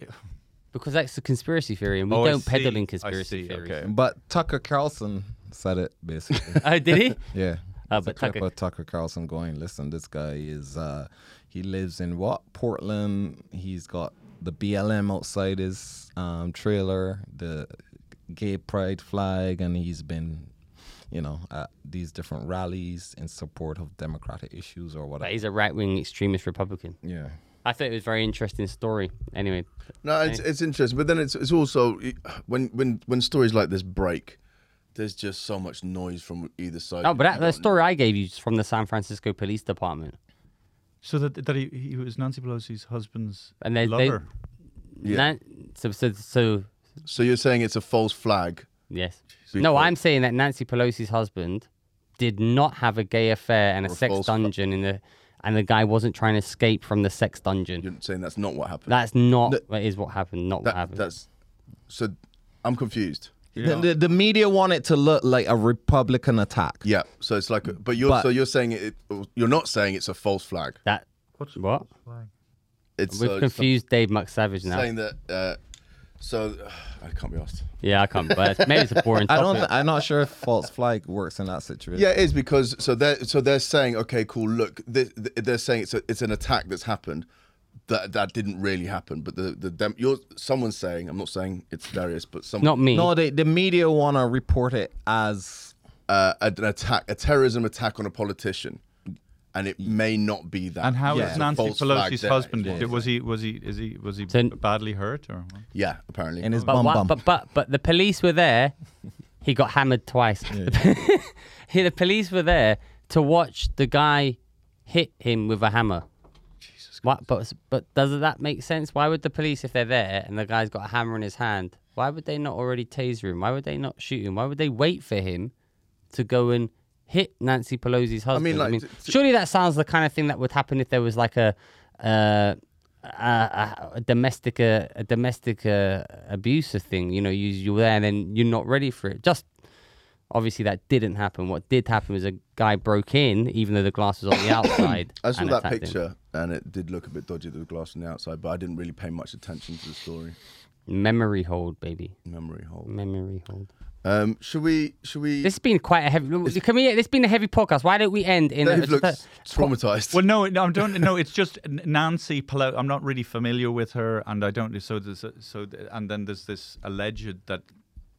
Because that's a conspiracy theory, and we
Oh, I
don't peddle
see.
in
I
conspiracy
see,
theories.
okay.
But Tucker Carlson said it basically.
Oh, did he?
yeah.
Ah,
It's a
but
clip
Tucker-
of Tucker Carlson going, listen, this guy is uh he lives in what? Portland. He's got the BLM outside his um trailer, the gay pride flag, and he's been you know, at these different rallies in support of democratic issues or
But
whatever.
he's a right wing extremist Republican.
Yeah.
I thought it was a very interesting story. Anyway,
No, it's, it's interesting, but then it's it's also when when when stories like this break, there's just so much noise from either side.
oh, but
You
that, the
don't-
story I gave you is from the San Francisco Police Department.
so that that he, he was Nancy Pelosi's husband's
And they- they-
lover.
Yeah.
Nan- so, so, so,
So you're saying it's a false flag?
yes.
Big
no,
flag.
I'm saying that Nancy Pelosi's husband did not have a gay affair and a
Or a
sex
false-
dungeon in the, and the guy wasn't trying to escape from the sex dungeon.
You're saying that's not what happened.
That's not that is what happened. Not what
That-
happened.
that's so. I'm confused.
The, the, the media want it to look like a Republican attack.
Yeah. So it's like, a, but you're
But-
so you're saying it. You're not saying it's a false flag.
that what?
It's
We've
uh,
confused Dave McSavage now.
saying that. Uh, so I can't be asked.
Yeah, I can't. But maybe it's a boring
I
topic.
don't. I'm not sure if false flag works in that situation.
Yeah, it is because so they're so they're saying, okay, cool. Look, th- th- they're saying it's a, it's an attack that's happened. That that didn't really happen, but the the dem- you're someone's saying. I'm not saying it's Darius, but someone
not me.
No, they, the media want to report it as
uh, an attack, a terrorism attack on a politician, and it may not be that.
And how
Yeah.
is
It's a
Nancy
false flag
Pelosi's
there,
husband?
is what I'm
Was he was he is he was he
So-
badly hurt or? What?
Yeah, apparently.
in his
But
bum
wha-
bum.
but but but the police were there. He got hammered twice. Yeah, the police were there to watch the guy hit him with a hammer. Jesus. What, but but does that make sense? Why would the police, if they're there and the guy's got a hammer in his hand, why would they not already taser him? Why would they not shoot him? Why would they wait for him to go and hit Nancy Pelosi's husband?
mean, like, t- t-
surely that sounds the kind of thing that would happen if there was like a uh, a, a domestic uh, a domestic uh, abuser thing. You know, you you're there and then you're not ready for it. Just obviously that didn't happen. What did happen was a guy broke in, even though the glass was on the outside.
I saw
and
that
attacked him.
picture and it did look a bit dodgy, the glass on the outside, but I didn't really pay much attention to the story.
Memory hold, baby.
Memory hole.
Memory hold.
Um, should we? Should we?
This has been quite a heavy. Can we? This has been a heavy podcast. Why don't we end in?
Dave
a,
looks traumatized.
Well, no, no, I don't. No, it's just N- Nancy Pelosi. I'm not really familiar with her, and I don't. So, there's, a- so, th- and then there's this alleged that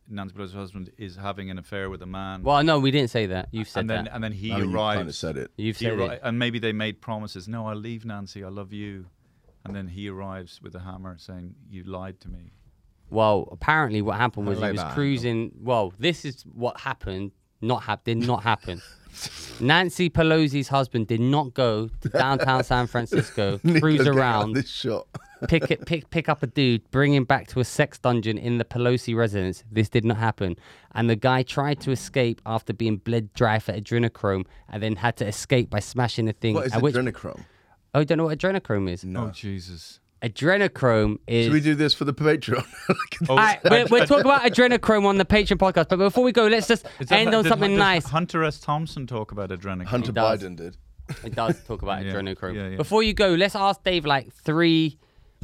Nancy Pelosi's husband is having an affair with a man.
well, no, we didn't say that. You've said
and then,
that.
and then he
I mean, you
arrives.
kind of said it.
You've
he
said
arri-
it.
and maybe they made promises. No, I'll leave, Nancy. I love you. And then he arrives with a hammer, saying, "You lied to me."
Well, apparently what happened was he
like
was
that.
cruising. Well, this is what happened. Not hap- did not happen. Nancy Pelosi's husband did not go to downtown San Francisco,
Nico's
cruise
getting out
around,
This shot.
pick it, pick pick up a dude, bring him back to a sex dungeon in the Pelosi residence. This did not happen, and the guy tried to escape after being bled dry for adrenochrome, and then had to escape by smashing a thing.
What is
at which-
adrenochrome?
Oh, you don't know what adrenochrome is?
Oh Jesus!
Adrenochrome is.
Should we do this for the Patreon?
Oh,
All right, we're, we're talking about adrenochrome on the Patreon podcast, but before we go, let's just
Is that-
end on
did-
something
does
nice.
Hunter S. Thompson talk about adrenaline.
Hunter
does.
Biden did.
It does talk about
Yeah,
adrenochrome.
yeah, yeah.
Before you go, let's ask Dave like three.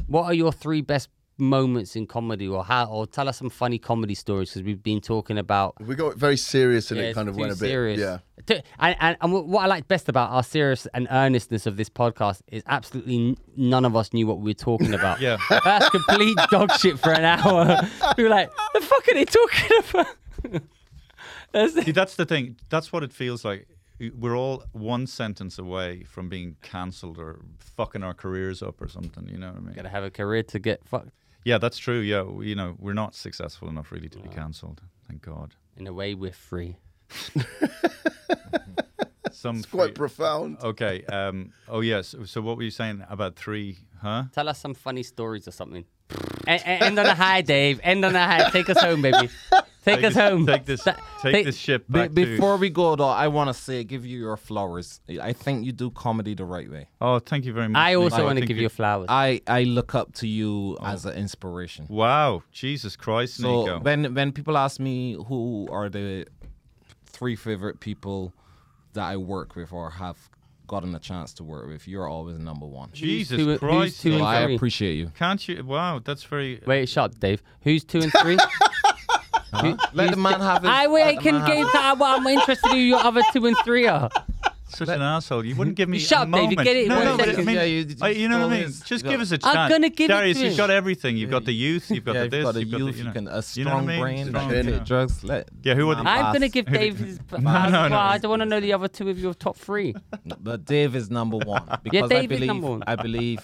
What are your three best moments in comedy, or how, or tell us some funny comedy stories because we've been talking about.
We got very serious and
Yeah,
it
it's
kind of
too
went a bit.
serious.
Yeah.
Too- and, and, and wh- what I like best about our serious and earnestness of this podcast is absolutely n- none of us knew what we were talking about.
Yeah.
That's complete dog shit for an hour. we were like, the fuck are they talking about? That's it.
See, that's the thing. That's what it feels like. We're all one sentence away from being cancelled or fucking our careers up or something. You know what I mean?
Gotta have a career to get fucked.
Yeah, that's true. Yeah, we- you know, we're not successful enough really to be cancelled. Thank God.
In a way, we're free.
Some it's
Quite profound.
Okay. Um, oh yes. So what were you saying about three? Huh?
Tell us some funny stories or something. E- e- end on a high, Dave. End on a high. Take us home, baby. Take,
this-
us home.
take this- take this ship
Be-
back to-
before we go, though, I want to say, give you your flowers. I think you do comedy the right way.
Oh, thank you very much.
I
Nico.
also want to
think
give you flowers.
I, I look up to you as an inspiration.
Wow, Jesus Christ,
So
Nico.
when when people ask me who are the three favorite people that I work with or have gotten a chance to work with, you're always number one.
Jesus
Who's two- who's
Christ.
two and
So
Nico.
I
three?
appreciate you.
Can't you? Wow, that's very.
Wait, shut up, Dave. Who's two and three? Who-
Let
who's
the man
two-
have his.
I
let
wait,
the
can
man have
give that what I'm interested in who your other two and three are.
Such an asshole! You wouldn't give me
Shut
a
up, Dave. You
moment.
get it in
No,
one
no, but I
second.
mean,
Yeah, you
uh,
just
you know what I mean.
always-
Just
you
give
know.
us a
I'm
chance.
gonna give it
Darius,
to
you've
him.
got everything. You've got the youth. You've got
Yeah,
the
you've
this.
got a
you've got
youth,
the,
you
you know,
can- a
you know what I
strong
mean?
brain
Strong,
that can
yeah.
take drugs. Let
Yeah, who would-
man
I'm gonna
pass.
give Dave his.
no, no.
I don't want to know the other two of your top three.
But Dave is number one because I
Dave is
believe
number one.
I believe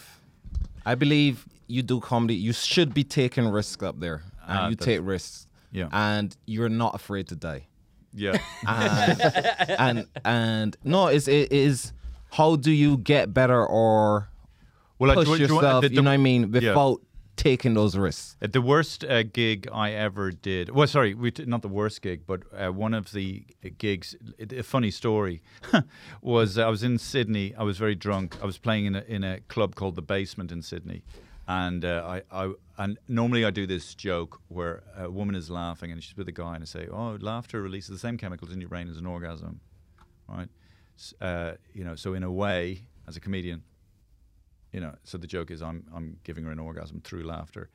I believe you do comedy. You should be taking risks up there, and
Ah,
you
that's-
take risks,
Yeah.
and you're not afraid to die.
Yeah.
and and, and no, it's, it is how do you get better or
Well, I-
push
do you- do you want-
yourself?
the- the-
you know what I mean?
yeah.
Without taking those risks.
Uh, The worst uh, gig I ever did. Well, sorry, we t- not the worst gig, but uh, one of the uh, gigs. it- A funny story was uh, I was in Sydney. I was very drunk. I was playing in a, in a club called the Basement in Sydney, and uh, I, I and normally I do this joke where a woman is laughing and she's with a guy, and I say, "Oh, laughter releases the same chemicals in your brain as an orgasm," right? S- Uh, you know, so in a way, as a comedian, you know so the joke is i'm i'm giving her an orgasm through laughter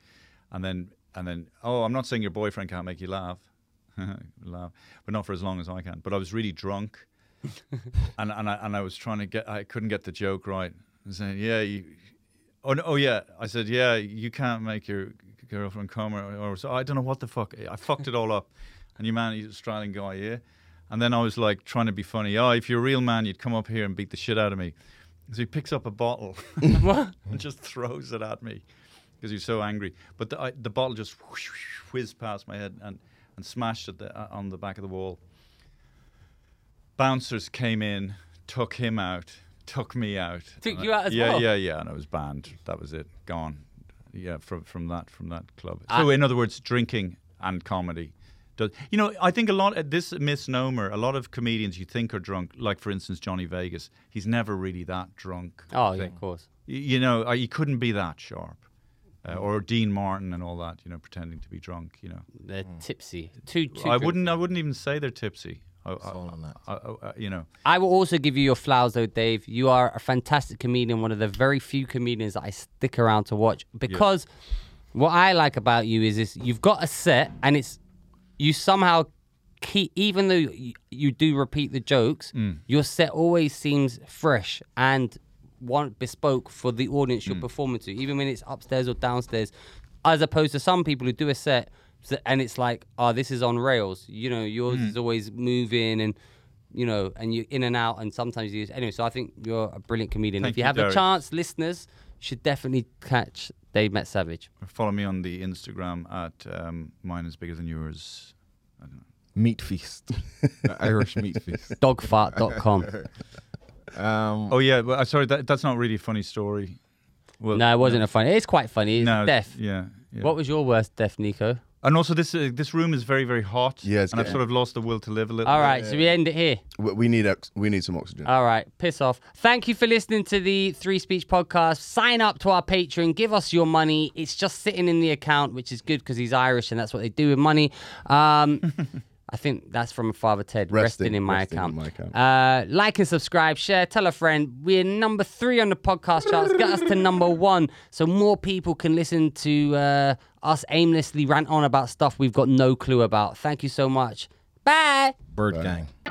and then and then oh i'm not saying your boyfriend can't make you laugh laugh but not for as long as i can but i was really drunk and and I, and I was trying to get i couldn't get the joke right and saying yeah you oh, no, oh yeah i said yeah you can't make your girlfriend come or, or so i don't know what the fuck i fucked it all up and your man he's an australian guy yeah and then i was like trying to be funny oh if you're a real man you'd come up here and beat the shit out of me so he picks up a bottle and just throws it at me because he's so angry. But the, I, the bottle just whoosh, whoosh, whizzed past my head and, and smashed at the, uh, on the back of the wall. Bouncers came in, took him out, took me out.
Took
And I-
you out as
yeah,
well?
Yeah, yeah, and I was banned. That was it. Gone. Yeah, from from that from that club.
Ah.
So in other words, drinking and comedy. Does, you know, I think a lot uh, this misnomer. A lot of comedians you think are drunk, like for instance Johnny Vegas. He's never really that drunk.
Oh
I
yeah,
think.
of course.
y- you know, uh, you couldn't be that sharp. Uh, or Dean Martin and all that, you know, pretending to be drunk, you know.
They're tipsy. Too, too
I
good.
wouldn't. I wouldn't even say they're tipsy. I, I,
all on that.
I, I- I- you know,
I will also give you your flowers, though, Dave. You are a fantastic comedian, one of the very few comedians that I stick around to watch because what I like about you is, is you've got a set and it's you somehow keep, even though you, you do repeat the jokes,
Mm.
your set always seems fresh and one bespoke for the audience
Mm.
you're performing to, even when it's upstairs or downstairs, as opposed to some people who do a set s- and it's like, oh, this is on rails. You know, yours
Mm.
is always moving and. You know, and you're in and out, and sometimes you. Anyway, so I think you're a brilliant comedian.
Thank
if you,
you,
have the
Derek.
chance, listeners should definitely catch Dave Met Savage.
follow me on the Instagram at um, mine is bigger than yours.
Meat feast, Irish meat feast.
Dogfart.com.
Um,
Oh yeah, well, uh, sorry, that, that's not really a funny story. Well,
No, it wasn't a funny. It's quite funny. It's
no,
death.
Yeah, yeah.
What was your worst death, Nico?
and also this uh, this room is very very hot.
Yeah, it's
and I've
getting-
sort of lost the will to live a little.
All
bit.
right, so we end it here.
We we need ox- we need some oxygen.
All right, piss off. Thank you for listening to the Three Speech podcast. Sign up to our Patreon. Give us your money. It's just sitting in the account, which is good because he's Irish and that's what they do with money. Um, I think that's from Father Ted. Resting,
Resting-
in my
resting
account.
in my account.
Uh, like and subscribe, share, tell a friend. We're number three on the podcast charts. Get us to number one so more people can listen to uh, us aimlessly rant on about stuff we've got no clue about. Thank you so much. Bye.
bird gang.